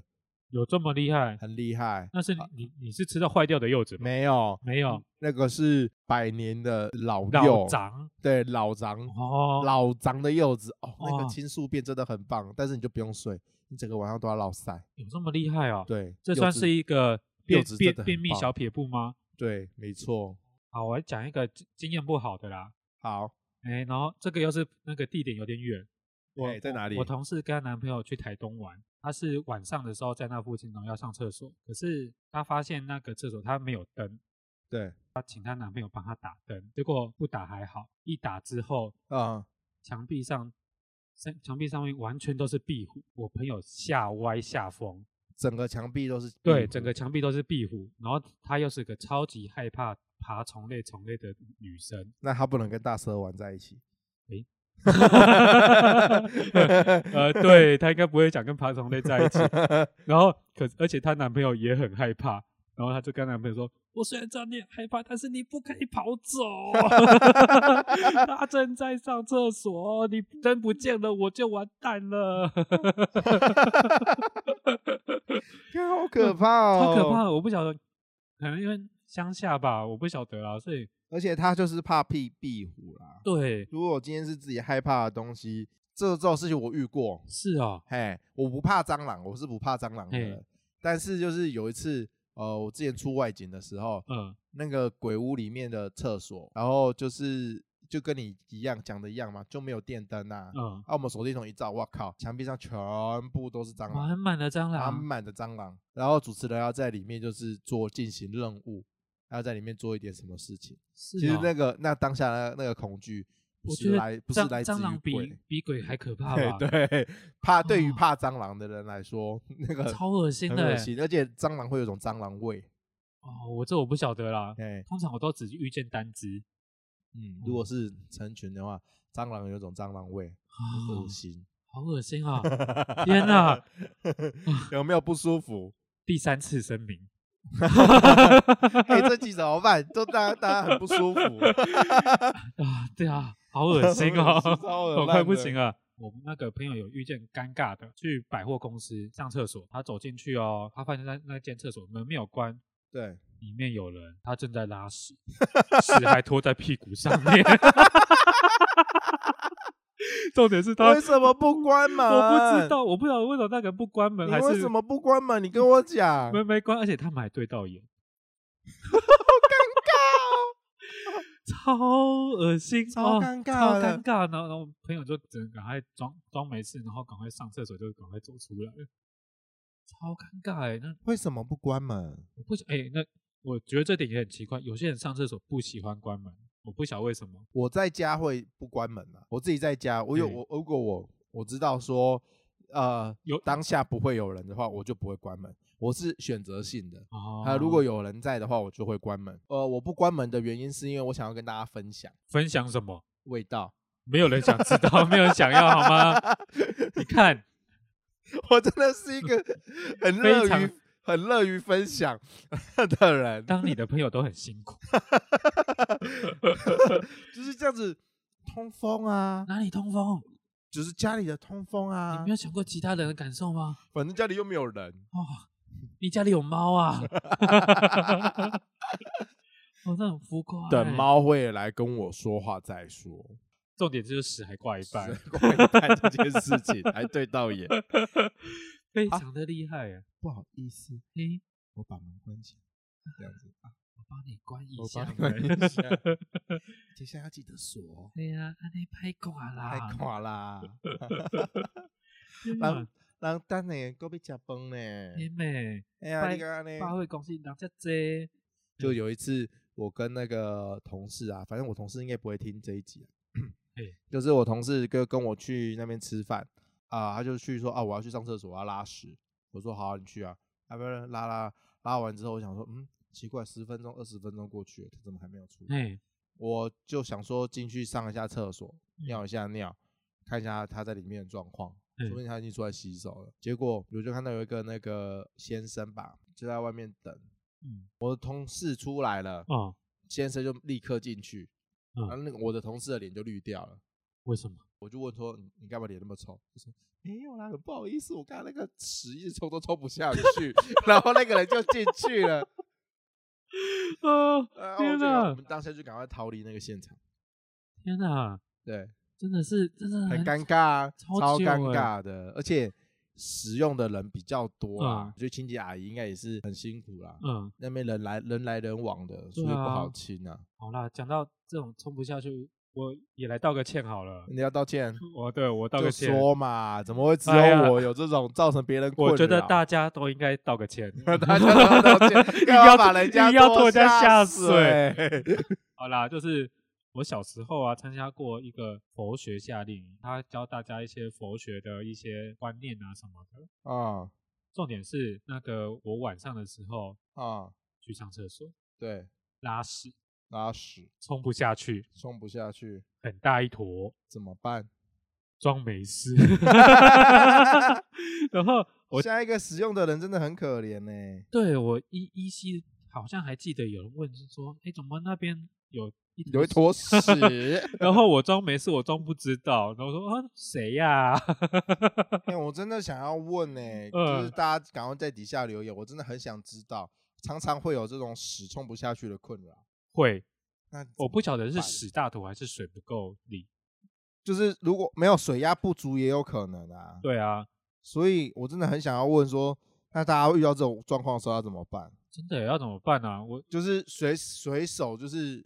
Speaker 2: 有这么厉害？
Speaker 1: 很厉害。
Speaker 2: 那是你、你你是吃到坏掉的柚子吗？
Speaker 1: 啊没有，
Speaker 2: 没有，
Speaker 1: 那个是百年的老
Speaker 2: 老
Speaker 1: 柚，
Speaker 2: 长
Speaker 1: 对老长、
Speaker 2: 哦，
Speaker 1: 老长的柚子哦，那
Speaker 2: 哦
Speaker 1: 个青素变真的很棒，但是你就不用睡，你整个晚上都要落晒。
Speaker 2: 有这么厉害哦？，
Speaker 1: 对，
Speaker 2: 这
Speaker 1: 柚
Speaker 2: 算
Speaker 1: 子
Speaker 2: 是一个
Speaker 1: 柚
Speaker 2: 便
Speaker 1: 子真
Speaker 2: 便
Speaker 1: 的很
Speaker 2: 便秘
Speaker 1: 棒
Speaker 2: 小撇步吗？
Speaker 1: 对，没错。
Speaker 2: 好，我来讲一个经经验不好的啦。
Speaker 1: 好，
Speaker 2: 哎，然后这个又是那个地点有点远，我
Speaker 1: 哎在哪里
Speaker 2: 我同事跟她男朋友去台东玩，她是晚上的时候在那附近，然后要上厕所，可是她发现那个厕所它没有灯，
Speaker 1: 对，
Speaker 2: 她请她男朋友帮她打灯，结果不打还好，一打之后，
Speaker 1: 啊、
Speaker 2: 墙壁上，墙墙壁上面完全都是壁虎，我朋友吓歪吓疯，
Speaker 1: 整个墙壁都是
Speaker 2: 对，
Speaker 1: 壁
Speaker 2: 整
Speaker 1: 虎
Speaker 2: 个墙壁都是壁虎，然后她又是个超级害怕爬虫类虫类的女生，
Speaker 1: 那他不能跟大蛇玩在一起。
Speaker 2: 呃，对她应该不会想跟爬虫类在一 起，然后可而且她男朋友也很害怕，然后她就跟她男朋友说：“我虽然知道你很害怕，但是你不可以跑走，他正在上厕所，你灯不见了我就完蛋了。
Speaker 1: 看好可怕哦，
Speaker 2: 超可怕的，我不晓得，可能因为乡下吧，我不晓得啊，所以
Speaker 1: 而且他就是怕壁壁虎啦。
Speaker 2: 对，
Speaker 1: 如果我今天是自己害怕的东西，这这种事情我遇过。
Speaker 2: 是哦，
Speaker 1: 嘿，我不怕蟑螂，我是不怕蟑螂的
Speaker 2: 嘿
Speaker 1: 人。但是就是有一次，呃，我之前出外景的时候，
Speaker 2: 嗯
Speaker 1: 那个鬼屋里面的厕所，然后就是就跟你一样讲的一样嘛，就没有电灯啊。
Speaker 2: 嗯，
Speaker 1: 啊，我们手电筒一照，哇靠，墙壁上全部都是蟑螂
Speaker 2: 满，满的蟑
Speaker 1: 满
Speaker 2: 螂，
Speaker 1: 满的蟑螂。然后主持人要在里面就是做进行任务，要在里面做一点什么事情。
Speaker 2: 是
Speaker 1: 其实
Speaker 2: 哦
Speaker 1: 那个那当下那那个恐惧，不
Speaker 2: 我
Speaker 1: 是
Speaker 2: 觉得
Speaker 1: 来不是
Speaker 2: 蟑
Speaker 1: 来自
Speaker 2: 蟑
Speaker 1: 于
Speaker 2: 螂比
Speaker 1: 鬼，
Speaker 2: 比鬼还可怕吧？
Speaker 1: 对对，怕对于
Speaker 2: 哦
Speaker 1: 怕蟑螂的人来说， 那个
Speaker 2: 超恶心
Speaker 1: 很
Speaker 2: 的
Speaker 1: 恶
Speaker 2: 欸。
Speaker 1: 心，而且蟑螂会有一种蟑螂味。
Speaker 2: 哦，我这我不晓得啦。
Speaker 1: 哎，
Speaker 2: 通常我都只遇见单 只，
Speaker 1: 嗯，如果是成群的话，蟑螂有一种蟑螂味，很
Speaker 2: 啊
Speaker 1: 恶，心。
Speaker 2: 好恶心啊！ 天哪，
Speaker 1: 有没有不舒服？
Speaker 2: 第三次声明，
Speaker 1: 哎，这集怎么办？都大家大家很不舒服。
Speaker 2: 啊，对啊，好 恶心
Speaker 1: 超
Speaker 2: 哦，
Speaker 1: 恶心超恶
Speaker 2: 我快
Speaker 1: 烂
Speaker 2: 不
Speaker 1: 的
Speaker 2: 行了。我们那个朋友有遇见尴尬的，去百货公司上厕所，他走进去哦，他发现那那间厕所门没有关，
Speaker 1: 对，
Speaker 2: 里面有人，他正在拉屎，屎还拖在屁股上面。 重点是他
Speaker 1: 为什么不关门？
Speaker 2: 我不知。道，我不知道为什么那个人不关门，
Speaker 1: 你
Speaker 2: 还是
Speaker 1: 为什么不关门？你跟我讲。
Speaker 2: 没没关？而且他们还对到眼， 好尴尬、哦 哦，超恶心，
Speaker 1: 超
Speaker 2: 哦
Speaker 1: 尴尬
Speaker 2: 超
Speaker 1: 的
Speaker 2: 尴尬。然后，然后我朋友就只能赶快装装没事，然后赶快上厕所，就赶快走出来，超尴尬哎、那
Speaker 1: 为什么不关门？
Speaker 2: 我不想哎、那我觉得这点也很奇怪。有些人上厕所不喜欢关门，我不晓得为什么。
Speaker 1: 我在家会不关门啊，我自己在家，我有
Speaker 2: 对
Speaker 1: 我如果我我知道说，呃，
Speaker 2: 有
Speaker 1: 当下不会有人的话，我就不会关门，我是选择性的。
Speaker 2: 哦，
Speaker 1: 啊，如果有人在的话，我就会关门。呃，我不关门的原因是因为我想要跟大家分享
Speaker 2: 分享什么，
Speaker 1: 味道。
Speaker 2: 没有人想知道，没有人想要好吗？你看，
Speaker 1: 我真的是一 个很乐
Speaker 2: 非常
Speaker 1: 于很乐于分享 的人，
Speaker 2: 当你的朋友都很辛苦，
Speaker 1: 就是这样子通风啊，
Speaker 2: 哪里通风？
Speaker 1: 就是家里的通风
Speaker 2: 你
Speaker 1: 啊
Speaker 2: 没，有想过其他人的感受吗？
Speaker 1: 反正家里又没有人，
Speaker 2: 哦，你家里有猫啊？ 哦，那很浮夸、欸。
Speaker 1: 等，猫会来跟我说话再说。
Speaker 2: 重点就是屎还挂一半，
Speaker 1: 关于看这件事情，还对到 眼。
Speaker 2: 非常的厉害啊！
Speaker 1: 不好意思，
Speaker 2: 诶、
Speaker 1: 我把门关起来，这样子。啊
Speaker 2: 我帮你关一
Speaker 1: 我
Speaker 2: 下
Speaker 1: 帮你关
Speaker 2: 门，
Speaker 1: 一下接下来要记得锁， 哦
Speaker 2: 对呀、啊，安尼拍挂啦，嗯
Speaker 1: 太垮啦，
Speaker 2: 天哪
Speaker 1: 人人等呢，够被吃崩呢。
Speaker 2: 天美，
Speaker 1: 哎呀，
Speaker 2: 拜
Speaker 1: 你看呢？
Speaker 2: 发挥公司人家多。
Speaker 1: 就有一次，我跟那个同事啊，反正我同事应该不会听这一集、啊
Speaker 2: 嘿，
Speaker 1: 就是我同事跟跟我去那边吃饭啊，他就去说啊，我要去上厕所，我要拉屎。我说好啊、你去啊，啊不是拉拉拉完之后，我想说，嗯，奇怪，十分钟、二十分钟过去了，他怎么还没有出来？
Speaker 2: 哎，
Speaker 1: 我就想说进去上一下厕所，尿一下尿，看一下他在里面的状况，说
Speaker 2: 嗯
Speaker 1: 不定他已经出来洗手了。结果我就看到有一个那个先生吧，就在外面等。
Speaker 2: 嗯，
Speaker 1: 我的同事出来了，
Speaker 2: 哦，
Speaker 1: 先生就立刻进去，
Speaker 2: 嗯
Speaker 1: 然后那个我的同事的脸就绿掉了。
Speaker 2: 为什么？
Speaker 1: 我就问说：“你你干嘛脸那么臭？”他说：“没有啦，很不好意思，我刚刚那个屎一直冲都冲不下去。”然后那个人就进去了。呃
Speaker 2: 啊，
Speaker 1: 然后我
Speaker 2: 天
Speaker 1: 就赶
Speaker 2: 哪
Speaker 1: 我们当下就赶快逃离那个现场。
Speaker 2: 天哪，
Speaker 1: 对，
Speaker 2: 真的是，真的
Speaker 1: 很尴尬啊，
Speaker 2: 嗯超
Speaker 1: 超
Speaker 2: 糗
Speaker 1: 尴
Speaker 2: 欸
Speaker 1: 尬的，而且使用的人比较多啦
Speaker 2: 嗯，
Speaker 1: 我觉得清洁阿姨应该也是很辛苦啦。
Speaker 2: 嗯，
Speaker 1: 那边人来人来人往的，所以
Speaker 2: 对
Speaker 1: 不好
Speaker 2: 啊
Speaker 1: 清啊。
Speaker 2: 好啦，讲到这种冲不下去我也来道个歉好了。
Speaker 1: 你要道歉，
Speaker 2: 我对我嗯道
Speaker 1: 嗯就
Speaker 2: 个歉，
Speaker 1: 说嘛，怎么会只
Speaker 2: 哎呀
Speaker 1: 有我有这种造成别人困扰？嗯
Speaker 2: 我觉得大家都应该道个歉。
Speaker 1: 大家都要道 歉，干嘛
Speaker 2: 要
Speaker 1: 把
Speaker 2: 拖
Speaker 1: 人家
Speaker 2: 硬要拖
Speaker 1: 拖
Speaker 2: 人家
Speaker 1: 下
Speaker 2: 下
Speaker 1: 水。
Speaker 2: 好啦，就是我小时候啊，参加过一个佛学夏令营，他教大家一些佛学的一些观念啊什么的。
Speaker 1: 啊
Speaker 2: 重点是那个我晚上的时候
Speaker 1: 啊，
Speaker 2: 去上厕所
Speaker 1: 对，
Speaker 2: 拉屎，
Speaker 1: 拉屎
Speaker 2: 冲不下去，
Speaker 1: 冲不下去
Speaker 2: 很大一坨，
Speaker 1: 怎么办？
Speaker 2: 装没事。 然后我
Speaker 1: 下一个使用的人真的很可怜呢、
Speaker 2: 对我依依稀好像还记得有人问是说，哎，怎么那边有一
Speaker 1: 有一
Speaker 2: 屎
Speaker 1: 坨屎，
Speaker 2: 然后我装没事，我装不知道。然后我说啊，谁呀、
Speaker 1: 哎、我真的想要问呢、
Speaker 2: 嗯
Speaker 1: 就是大家赶快在底下留言，我真的很想知道，常常会有这种屎冲不下去的困扰。
Speaker 2: 会，
Speaker 1: 那
Speaker 2: 我不晓得
Speaker 1: 怎
Speaker 2: 是
Speaker 1: 么办
Speaker 2: 屎大坨还是水不够力。
Speaker 1: 就是如果没有水压不足也有可能啊，
Speaker 2: 对啊，
Speaker 1: 所以我真的很想要问说，那大家遇到这种状况的时候要怎么办？
Speaker 2: 真的要怎么办啊？我
Speaker 1: 就是随随手就是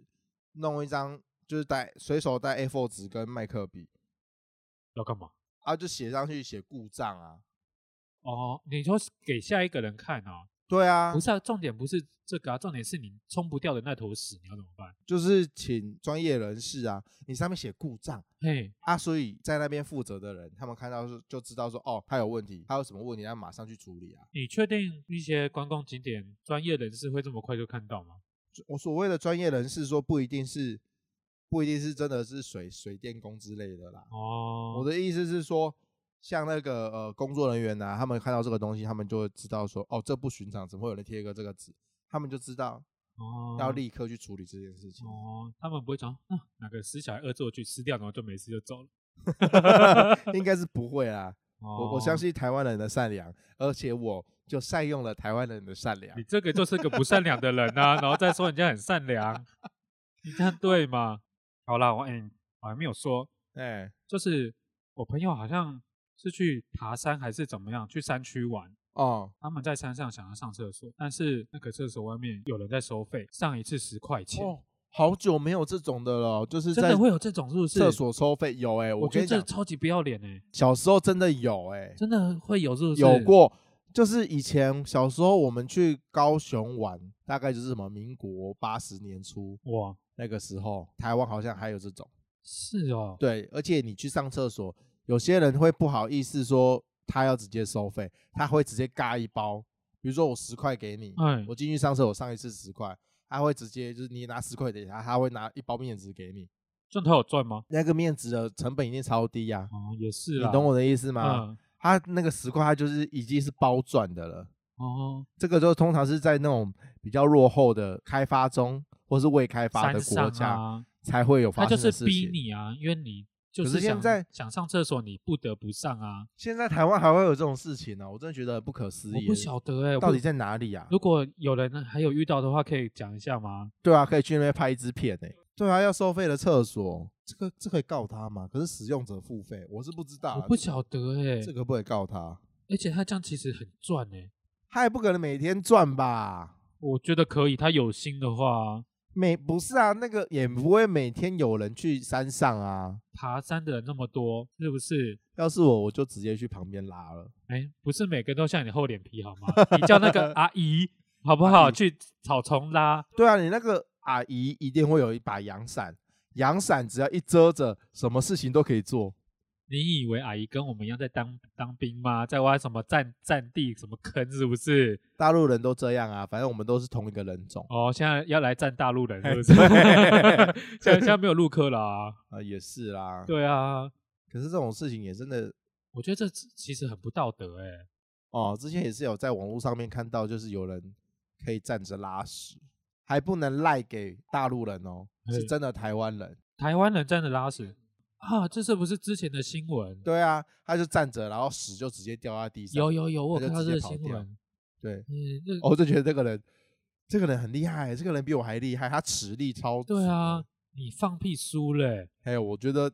Speaker 1: 弄一张，就是带随手带 A4 纸跟麦克笔
Speaker 2: 要干嘛？
Speaker 1: 啊，就写上去写故障啊。
Speaker 2: 哦，你说是给下一个人看啊？
Speaker 1: 对啊
Speaker 2: 不，是啊，重点不是这个啊，重点是你冲不掉的那坨屎，你要怎么办？
Speaker 1: 就是请专业人士啊，你上面写故障
Speaker 2: 嘿，
Speaker 1: 啊，所以在那边负责的人，他们看到就就知道说，哦，他有问题，他有什么问题，他马上去处理啊。
Speaker 2: 你确定一些观光景点专业人士会这么快就看到吗？
Speaker 1: 我所谓的专业人士说，不一定是不一定是真的是水水电工之类的啦。
Speaker 2: 哦，
Speaker 1: 我的意思是说，像那个呃工作人员呐、他们看到这个东西，他们就会知道说，哦，这不寻常，怎么会有人贴一个这个纸？他们就知道
Speaker 2: 哦
Speaker 1: 要立刻去处理这件事情。
Speaker 2: 哦，他们不会讲啊，哪个死小孩恶作剧吃掉，然后就没事就走了。
Speaker 1: 应该是不会啦，我我相
Speaker 2: 哦
Speaker 1: 信台湾人的善良，而且我就善用了台湾人的善良
Speaker 2: 你。这个就是个不善良的人呐、然后再说人家很善良，你这样对吗？好啦，我、嗯，我还没有说，
Speaker 1: 哎
Speaker 2: 就是我朋友好像是去爬山还是怎么样，去山区玩。
Speaker 1: 哦，
Speaker 2: 他们在山上想要上厕所，但是那个厕所外面有人在收费，上一次十块钱，
Speaker 1: 哦，好久没有这种的了，就是
Speaker 2: 真
Speaker 1: 在
Speaker 2: 的会有这种是不是？
Speaker 1: 厕，所收费有哎、
Speaker 2: 我
Speaker 1: 我
Speaker 2: 觉
Speaker 1: 跟
Speaker 2: 得
Speaker 1: 你讲，
Speaker 2: 这超级不要脸哎、
Speaker 1: 小时候真的有哎、
Speaker 2: 真的会有是不是？
Speaker 1: 有过，就是以前小时候我们去高雄玩，大概就是什么民国八十年初
Speaker 2: 哇，
Speaker 1: 那个时候，台湾好像还有这种。
Speaker 2: 是哦，
Speaker 1: 对，而且你去上厕所，有些人会不好意思说他要直接收费，他会直接嘎一包，比如说我十块给你，
Speaker 2: 哎
Speaker 1: 我进去上厕所上一次十块，他会直接就是你拿十块给他，他会拿一包面纸给你，
Speaker 2: 这样他有赚吗？
Speaker 1: 那个面纸的成本一定超低呀、
Speaker 2: 哦，也是
Speaker 1: 你
Speaker 2: 啦，
Speaker 1: 懂我的意思吗？
Speaker 2: 嗯，
Speaker 1: 他那个十块，他就是已经是包赚的了。
Speaker 2: 哦，
Speaker 1: 这个就通常是在那种比较落后的开发中或是未开发
Speaker 2: 山
Speaker 1: 的国
Speaker 2: 上
Speaker 1: 家、
Speaker 2: 啊，
Speaker 1: 才会有
Speaker 2: 他
Speaker 1: 发
Speaker 2: 就
Speaker 1: 生的
Speaker 2: 是
Speaker 1: 事
Speaker 2: 逼
Speaker 1: 情。
Speaker 2: 你啊，因为你就
Speaker 1: 可
Speaker 2: 是
Speaker 1: 是现
Speaker 2: 想
Speaker 1: 在
Speaker 2: 想上厕所，你不得不上啊。
Speaker 1: 现在台湾还会有这种事情呢、我真的觉得很不可思
Speaker 2: 我
Speaker 1: 议。
Speaker 2: 不晓得哎、我
Speaker 1: 到
Speaker 2: 不
Speaker 1: 底在哪里啊？
Speaker 2: 如果有人还有遇到的话，可以讲一下吗？
Speaker 1: 对啊，可以去那边拍一支片诶、对啊，要收费的厕所，这个这可以告他吗？可是使用者付费，我是不知道啊、
Speaker 2: 我不晓得哎、
Speaker 1: 这个不可以告他，
Speaker 2: 而且他这样其实很赚哎、
Speaker 1: 他也不可能每天赚吧？
Speaker 2: 我觉得可以，他有心的话，
Speaker 1: 每不是啊，那个也不会每天有人去山上啊。
Speaker 2: 爬山的人那么多，是不是？
Speaker 1: 要是我，我就直接去旁边拉了。
Speaker 2: 哎，不是每个都像你厚脸皮好吗？你叫那个阿 姨好不好？去草丛拉，
Speaker 1: 对啊，你那个阿姨一定会有一把阳伞，阳伞只要一遮着，什么事情都可以做。
Speaker 2: 你以为阿姨跟我们一样在当当兵吗？在挖什么战战地什么坑是不是？
Speaker 1: 大陆人都这样啊，反正我们都是同一个人种
Speaker 2: 哦，现在要来占大陆人是不是？
Speaker 1: 哎对
Speaker 2: 现在现在没有陆客了啊。
Speaker 1: 啊、也是啦。
Speaker 2: 对啊，
Speaker 1: 可是这种事情也真的
Speaker 2: 我觉得这其实很不道德哎、
Speaker 1: 哦，之前也是有在网络上面看到，就是有人可以站着拉屎，还不能赖给大陆人哦，是
Speaker 2: 嗯
Speaker 1: 真的台湾人。
Speaker 2: 台湾人站着拉屎啊，这是不是之前的新闻？
Speaker 1: 对啊，他就站着，然后屎就直接掉在地上。
Speaker 2: 有有有，我
Speaker 1: 他
Speaker 2: 有
Speaker 1: 就
Speaker 2: 看到
Speaker 1: 直接
Speaker 2: 这个
Speaker 1: 跑
Speaker 2: 新
Speaker 1: 掉
Speaker 2: 闻。
Speaker 1: 对，
Speaker 2: 嗯，那
Speaker 1: 哦我就觉得这个人，这个人很厉害，欸这个人比我还厉害，他实力超足
Speaker 2: 对啊
Speaker 1: 的。，
Speaker 2: 你放屁输了欸，
Speaker 1: 还有，我觉得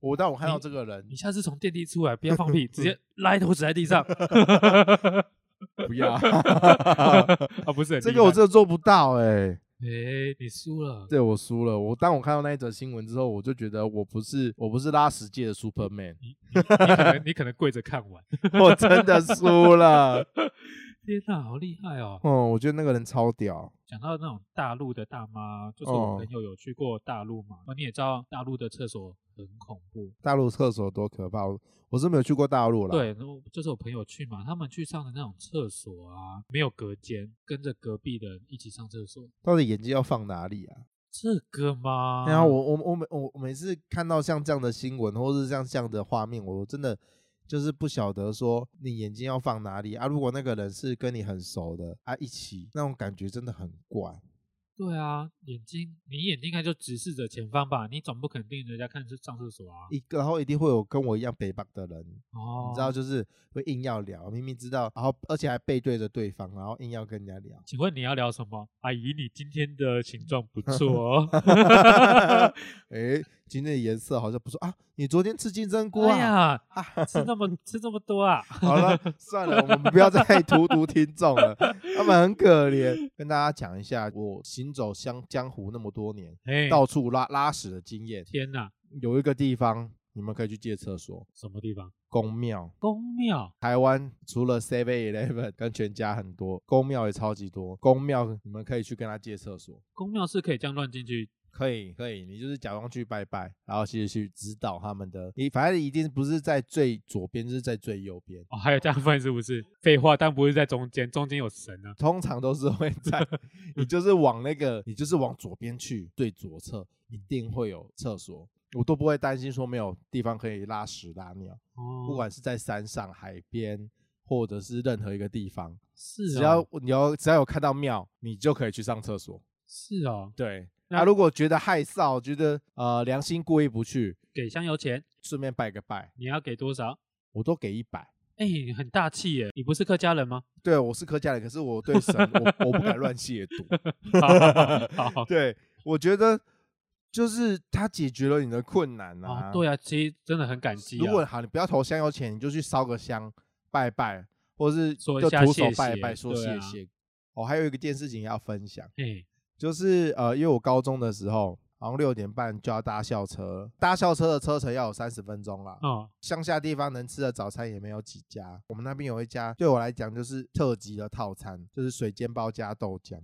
Speaker 1: 我当我看到
Speaker 2: 你
Speaker 1: 这个人
Speaker 2: 你，下次从电梯出来不要放 屁，直接拉一坨屎在地上。
Speaker 1: 不要，
Speaker 2: 啊，不是很
Speaker 1: 这
Speaker 2: 厉
Speaker 1: 个我
Speaker 2: 害
Speaker 1: 真的做不到哎、
Speaker 2: 哎，你输了，
Speaker 1: 对我输了。我当我看到那一则新闻之后，我就觉得我不是我不是拉十届的 Superman，
Speaker 2: 你可能你可能跪着看完。
Speaker 1: 我真的输了。
Speaker 2: 天哪，好厉害哦！
Speaker 1: 嗯，我觉得那个人超屌。
Speaker 2: 讲到那种大陆的大妈，就是我
Speaker 1: 哦
Speaker 2: 朋友有去过大陆嘛，那你也知道大陆的厕所很恐怖。
Speaker 1: 大陆厕所多可怕！我我是没有去过大陆啦。，
Speaker 2: 对，然后就是我朋友去嘛，他们去上的那种厕所啊，没有隔间，跟着隔壁的人一起上厕所，
Speaker 1: 到底眼睛要放哪里啊？
Speaker 2: 这个吗？
Speaker 1: 然后啊我我我每我我每次看到像这样的新闻，或是像这样的画面，我真的就是不晓得说你眼睛要放哪里啊。如果那个人是跟你很熟的啊，一起那种感觉真的很怪。
Speaker 2: 对啊，眼睛，你眼睛应该就直视着前方吧，你总不肯定人家看是上厕所啊。
Speaker 1: 一个，然后一定会有跟我一样北巴的人，
Speaker 2: 哦，
Speaker 1: 你知道，？就是会硬要聊，明明知道，然后而且还背对着对方，然后硬要跟人家 聊。
Speaker 2: 请问你要聊什么？阿姨，你今天的形状不错哦。
Speaker 1: 诶，今天的颜色好像不错啊！你昨天吃金针菇
Speaker 2: 哎
Speaker 1: 啊？
Speaker 2: 呀，
Speaker 1: 啊
Speaker 2: 吃那么 吃这么多啊！
Speaker 1: 好了，算了，我们不要再荼毒听众了，他们很可怜。跟大家讲一下，我行走江江湖那么多年，
Speaker 2: 哎，
Speaker 1: 到处拉拉屎的经验，
Speaker 2: 天哪，
Speaker 1: 有一个地方你们可以去借厕所，
Speaker 2: 什么地方？
Speaker 1: 公庙。
Speaker 2: 宫庙
Speaker 1: 台湾除了 Seven Eleven 跟全家很多，公庙也超级多。公庙你们可以去跟他借厕所，
Speaker 2: 宫庙是可以这样乱进去，
Speaker 1: 可以可以，你就是假装去拜拜，然后其实去指导他们的。你反正一定不是在最左边，就是在最右边。
Speaker 2: 哦，还有这样分是不是？废话，但不是在中间，中间有神啊。
Speaker 1: 通常都是会 在，你就是往那个，你就是往左边去，最左侧一定会有厕所，我都不会担心说没有地方可以拉屎拉尿，
Speaker 2: 哦，
Speaker 1: 不管是在山上、海边，或者是任何一个地方，
Speaker 2: 是
Speaker 1: 只
Speaker 2: 哦
Speaker 1: 要你要只要有看到庙，你就可以去上厕所。
Speaker 2: 是哦，
Speaker 1: 对，
Speaker 2: 那
Speaker 1: 那、如果觉得害臊，觉得呃良心过意不去，
Speaker 2: 给香油钱，
Speaker 1: 顺便拜个拜，
Speaker 2: 你要给多少？
Speaker 1: 我都给一百。
Speaker 2: 哎，你很大气耶！你不是客家 人吗？
Speaker 1: 对，我是客家人，可是我对神，我我不敢乱亵渎。
Speaker 2: 好好好
Speaker 1: 对，我觉得就是他解决了你的困难啊。
Speaker 2: 哦，对啊，其实真的很感激啊。
Speaker 1: 如果好，你不要投香油钱，你就去烧个香拜拜，或是
Speaker 2: 说一
Speaker 1: 就
Speaker 2: 下
Speaker 1: 徒手
Speaker 2: 谢
Speaker 1: 拜
Speaker 2: 谢
Speaker 1: 拜说
Speaker 2: 对
Speaker 1: 谢
Speaker 2: 啊
Speaker 1: 谢。哦，还有一个件事情要分享。
Speaker 2: 哎，
Speaker 1: 就是呃，因为我高中的时候，好像六点半就要搭校车，搭校车的车程要有三十分钟啦。
Speaker 2: 哦，
Speaker 1: 乡下地方能吃的早餐也没有几家，我们那边有一家，对我来讲就是特级的套餐，就是水煎包加豆浆。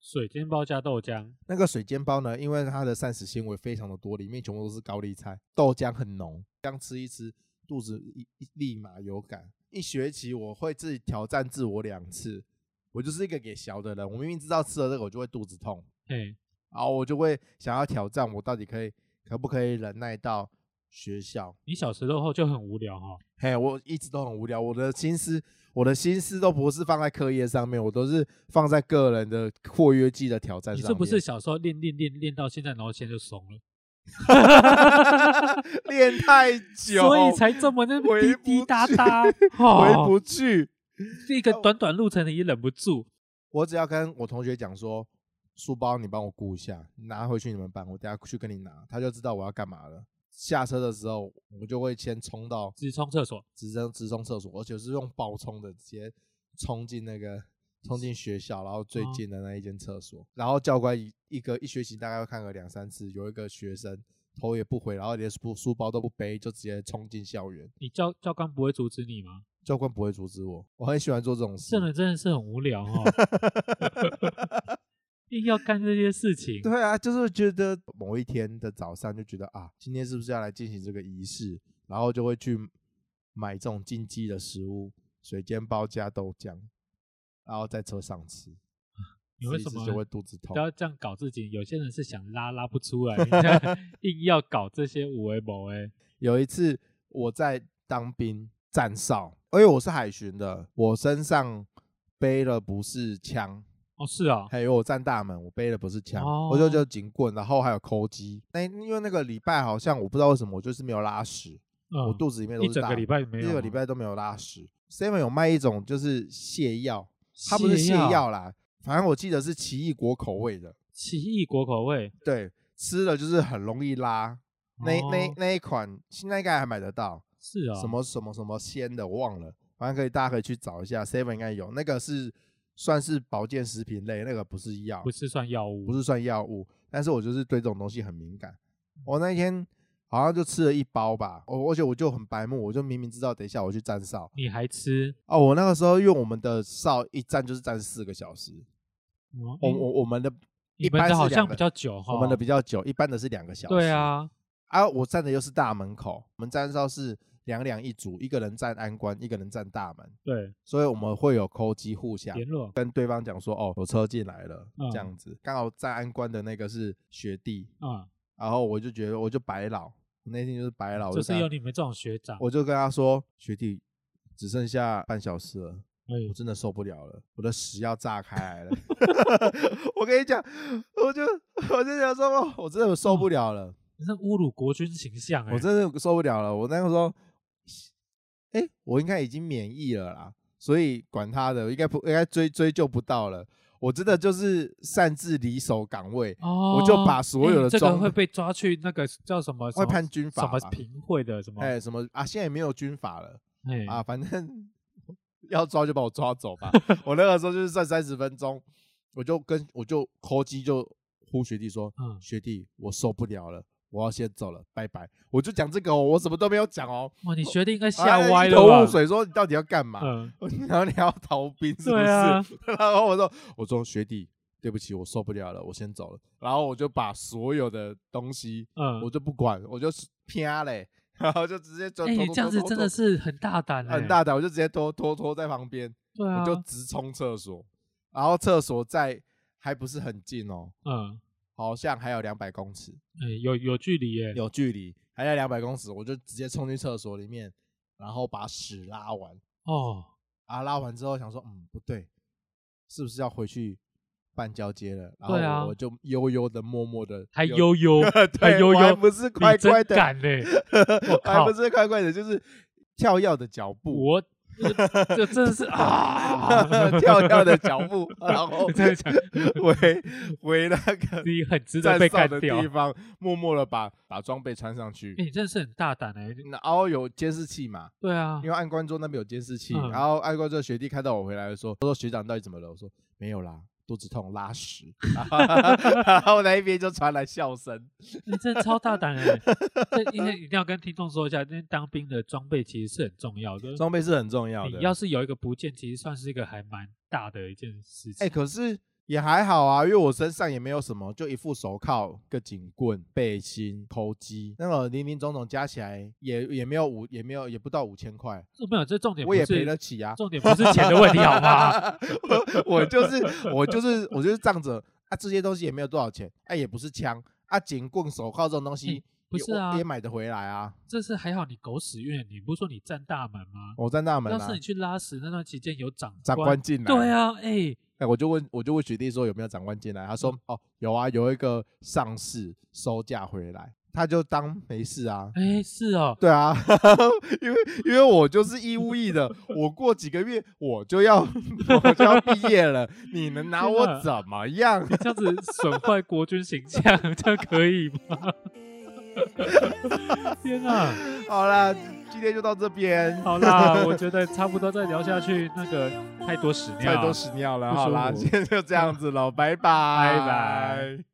Speaker 2: 水煎包加豆浆，
Speaker 1: 那个水煎包呢，因为它的膳食纤维非常的多，里面全部都是高丽菜，豆浆很浓，这样吃一吃，肚子一一立马有感。一学期我会自己挑战自我两次，我就是一个给小的人，我明明知道吃了这个我就会肚子痛，
Speaker 2: 哎，
Speaker 1: 然后我就会想要挑战，我到底可以可不可以忍耐到学校？
Speaker 2: 你小时候就很无聊哈、哦。
Speaker 1: 嘿，我一直都很无聊，我的心思，我的心思都不是放在课业上面，我都是放在个人的括约肌的挑战
Speaker 2: 你
Speaker 1: 上面。
Speaker 2: 是不是小时候练练练练到现在，然后现在就怂了，
Speaker 1: 练太久，
Speaker 2: 所以才这么那么滴
Speaker 1: 回
Speaker 2: 滴
Speaker 1: 不
Speaker 2: 答
Speaker 1: 去，
Speaker 2: 答
Speaker 1: 回
Speaker 2: 哦，
Speaker 1: 不去？
Speaker 2: 这个短短路程你也忍不住，
Speaker 1: 我只要跟我同学讲说，书包你帮我顾一下，拿回去你们班，我等下去跟你拿，他就知道我要干嘛了。下车的时候，我就会先冲到
Speaker 2: 直冲厕所。
Speaker 1: 直升直冲厕所，而且是用爆冲的，直接冲进那 个冲进学校，然后最
Speaker 2: 哦
Speaker 1: 近的那一间厕所，然后教官一一个一学期大概要看个两三次，有一个学生头也不回，然后连书书包都不背，就直接冲进校园，
Speaker 2: 你教教官不会阻止你吗？
Speaker 1: 教官不会阻止我，我很喜欢做这种事
Speaker 2: 这。人真的是很无 聊哦，硬要干这些事情。
Speaker 1: 对啊，就是觉得某一天的早上就觉得啊，今天是不是要来进行这个仪式，然后就会去买这种禁忌的食物，水煎包加豆浆，然后在车上吃。
Speaker 2: 你啊为
Speaker 1: 吃一
Speaker 2: 什
Speaker 1: 吃
Speaker 2: 么
Speaker 1: 就会肚子痛
Speaker 2: 不？要这样搞自己，有些人是想拉拉不出 来，你这样硬要搞这些五维某哎，
Speaker 1: 有一次我在当兵站哨，因为我是海巡的，我身上背了不是枪，
Speaker 2: 哦是啊、
Speaker 1: 还有我站大门，我背的不是枪，我就
Speaker 2: 哦
Speaker 1: 就警棍，然后还有抠机。那、因为那个礼拜好像我不知道为什么，我就是没有拉屎，
Speaker 2: 嗯，
Speaker 1: 我肚子里面都
Speaker 2: 一
Speaker 1: 是
Speaker 2: 整
Speaker 1: 大
Speaker 2: 个礼拜没有，啊
Speaker 1: 一个礼拜都没有拉屎。Seven 有卖一种就是泻药，它不是
Speaker 2: 泻
Speaker 1: 泻药啦，反正我记得是奇异果口味的，
Speaker 2: 奇异果口味，
Speaker 1: 对，吃了就是很容易拉。那那
Speaker 2: 哦
Speaker 1: 那一款现在应该还买得到，
Speaker 2: 是啊、
Speaker 1: 什么什么什么鲜的，我忘了，反正可以大家可以去找一下，Seven 应该有那个是算是保健食品类，那个不是药，
Speaker 2: 不是算药物，
Speaker 1: 不是算药物，但是我就是对这种东西很敏感。
Speaker 2: 嗯
Speaker 1: 我那一天好像就吃了一包吧，我而且我就很白目，我就明明知道等一下我去站哨
Speaker 2: 你还吃？
Speaker 1: 哦，我那个时候因为我们的哨一站就是站四个小时，
Speaker 2: 我
Speaker 1: 我我我们的
Speaker 2: 你
Speaker 1: 一
Speaker 2: 们
Speaker 1: 般是
Speaker 2: 的好像
Speaker 1: 两
Speaker 2: 比
Speaker 1: 个
Speaker 2: 较久哈，
Speaker 1: 我们的比较久，一般的是两个小时。
Speaker 2: 哦对，啊，
Speaker 1: 啊，我站的又是大门口，我们站哨是两两一组，一个人站安关，一个人站大门，
Speaker 2: 对，
Speaker 1: 所以我们会有扣机互相
Speaker 2: 联络
Speaker 1: 跟对方讲说，哦，有车进来了，
Speaker 2: 嗯
Speaker 1: 这样子。刚好站安关的那个是学弟，
Speaker 2: 啊，
Speaker 1: 然后我就觉得我就白老，我那天就是白老，我
Speaker 2: 就是
Speaker 1: 跟他
Speaker 2: 有你们这种学长，
Speaker 1: 我就跟他说，学弟，只剩下半小时了。
Speaker 2: 哎
Speaker 1: 我真的受不了了，我的屎要炸开来了。 我跟你讲，我就我就想说，哦我真的受不了了，
Speaker 2: 你是侮辱国军形象嗯哎，
Speaker 1: 我真的受不了了。我那个时候，哎、我应该已经免疫了啦，所以管他的，应该不应该追追究不到了。我真的就是擅自离守岗位，
Speaker 2: 哦，
Speaker 1: 我就把所有
Speaker 2: 哎
Speaker 1: 的
Speaker 2: 这个
Speaker 1: 装
Speaker 2: 会被抓去那个叫什么什
Speaker 1: 会
Speaker 2: 么
Speaker 1: 判军法
Speaker 2: 什么
Speaker 1: 吧
Speaker 2: 评会的什么
Speaker 1: 哎、什么啊，现在也没有军法了。
Speaker 2: 哎
Speaker 1: 啊，反正要抓就把我抓走 吧。我那个时候就是站三十分钟，我就跟我就抠机就呼学弟说，
Speaker 2: 嗯
Speaker 1: 学弟我受不了了，我要先走了，拜拜。我就讲这个、哦，我什么都没有讲哦，
Speaker 2: 哇，你学弟应该吓
Speaker 1: 啊
Speaker 2: 歪
Speaker 1: 一
Speaker 2: 了
Speaker 1: 头
Speaker 2: 吧
Speaker 1: 雾？水，说你到底要干嘛？
Speaker 2: 嗯，
Speaker 1: 然 后你要逃兵是不
Speaker 2: 对
Speaker 1: 是？
Speaker 2: 啊
Speaker 1: 然后我说，我说学弟，对不起，我受不了了，我先走了。然后我就把所有的东西，
Speaker 2: 嗯
Speaker 1: 我就不管，我就是啪嘞，然后就直接就
Speaker 2: 哎，
Speaker 1: 偷
Speaker 2: 你
Speaker 1: 偷
Speaker 2: 这
Speaker 1: 偷
Speaker 2: 样子
Speaker 1: 偷
Speaker 2: 真
Speaker 1: 偷
Speaker 2: 的是很大胆，哎
Speaker 1: 很，大胆，我就直接拖拖拖在旁边，
Speaker 2: 对啊
Speaker 1: 我，就直冲厕所，然后厕所在还不是很近哦，
Speaker 2: 嗯，
Speaker 1: 好像还有两百公尺
Speaker 2: 哎，有有距离耶，
Speaker 1: 有距离，还在两百公尺，我就直接冲去厕所里面，然后把屎拉完，
Speaker 2: 哦，
Speaker 1: 啊拉完之后想说，嗯不对，是不是要回去半交接了？然后
Speaker 2: 对啊
Speaker 1: 我就悠悠的默默的，，
Speaker 2: 还悠悠 还
Speaker 1: 对
Speaker 2: 悠
Speaker 1: 我还
Speaker 2: 悠，
Speaker 1: 不是
Speaker 2: 你
Speaker 1: 乖
Speaker 2: 真
Speaker 1: 乖的，
Speaker 2: 敢嘞，我
Speaker 1: 我还
Speaker 2: 靠
Speaker 1: 不是乖乖的，就是跳跃的脚步，
Speaker 2: 我这这真的是啊，
Speaker 1: 跳跳的脚 步，然后
Speaker 2: 真的想
Speaker 1: 回回那 个
Speaker 2: 你很值得
Speaker 1: 站
Speaker 2: 被
Speaker 1: 哨
Speaker 2: 干
Speaker 1: 的
Speaker 2: 掉
Speaker 1: 地。方，默默的把把装备穿上去
Speaker 2: 哎、。你真的是很大胆哎、
Speaker 1: 然后有监视器嘛，
Speaker 2: 对啊
Speaker 1: 因，为按关桌那边有监视器，
Speaker 2: 嗯
Speaker 1: 然后按关桌的学弟看到我回来的时候，他说学长到底怎么了？我说没有啦，肚子痛拉屎， 然后那一边就传来笑声。
Speaker 2: 你真的超大胆哎、这一定一定要跟听众说一下，因为当兵的装备其实是很重要的。
Speaker 1: 装备是很重要
Speaker 2: 你
Speaker 1: 的，
Speaker 2: 要是有一个不见，其实算是一个还蛮大的一件事情。
Speaker 1: 哎、可是也还好啊，因为我身上也没有什么，就一副手铐、个警棍、背心、头机，那个零零总总加起来也也没有五，也没有也不到五千块，
Speaker 2: 这没有，这重点不
Speaker 1: 我也
Speaker 2: 是
Speaker 1: 赔得起啊。
Speaker 2: 重点不是钱的问题，好吗？
Speaker 1: 我我就是我就是我就是仗着啊，这些东西也没有多少钱，啊，也不是枪啊，警棍、手铐这种东西。
Speaker 2: 嗯不
Speaker 1: 也
Speaker 2: 是
Speaker 1: 我
Speaker 2: 啊
Speaker 1: 也买得回来啊！
Speaker 2: 这是还好你狗屎运，你不是说你站大门吗？
Speaker 1: 我站大门
Speaker 2: 要
Speaker 1: 啊
Speaker 2: 是你，去拉屎那段期间有长
Speaker 1: 长官进来。
Speaker 2: 对，啊，哎、
Speaker 1: 哎，我就问，我就问学弟说有没有长官进来，他
Speaker 2: 嗯
Speaker 1: 说哦有啊，有一个上士收假回来，他就当没事啊。
Speaker 2: 哎、是哦，
Speaker 1: 对啊， 因为因为我就是义务役的，我过几个月我就要 我就要毕业了，你能拿
Speaker 2: 天
Speaker 1: 我
Speaker 2: 哪
Speaker 1: 怎么样？
Speaker 2: 你这样子损坏国军形象，这样可以 吗？天啊！
Speaker 1: 好啦，今天就到这边，
Speaker 2: 好啦，我觉得差不多再聊下去，那个太多屎尿，
Speaker 1: 太多屎尿了，
Speaker 2: 不
Speaker 1: 好啦，
Speaker 2: 舒服
Speaker 1: 今天就这样子了，拜拜，
Speaker 2: 拜拜。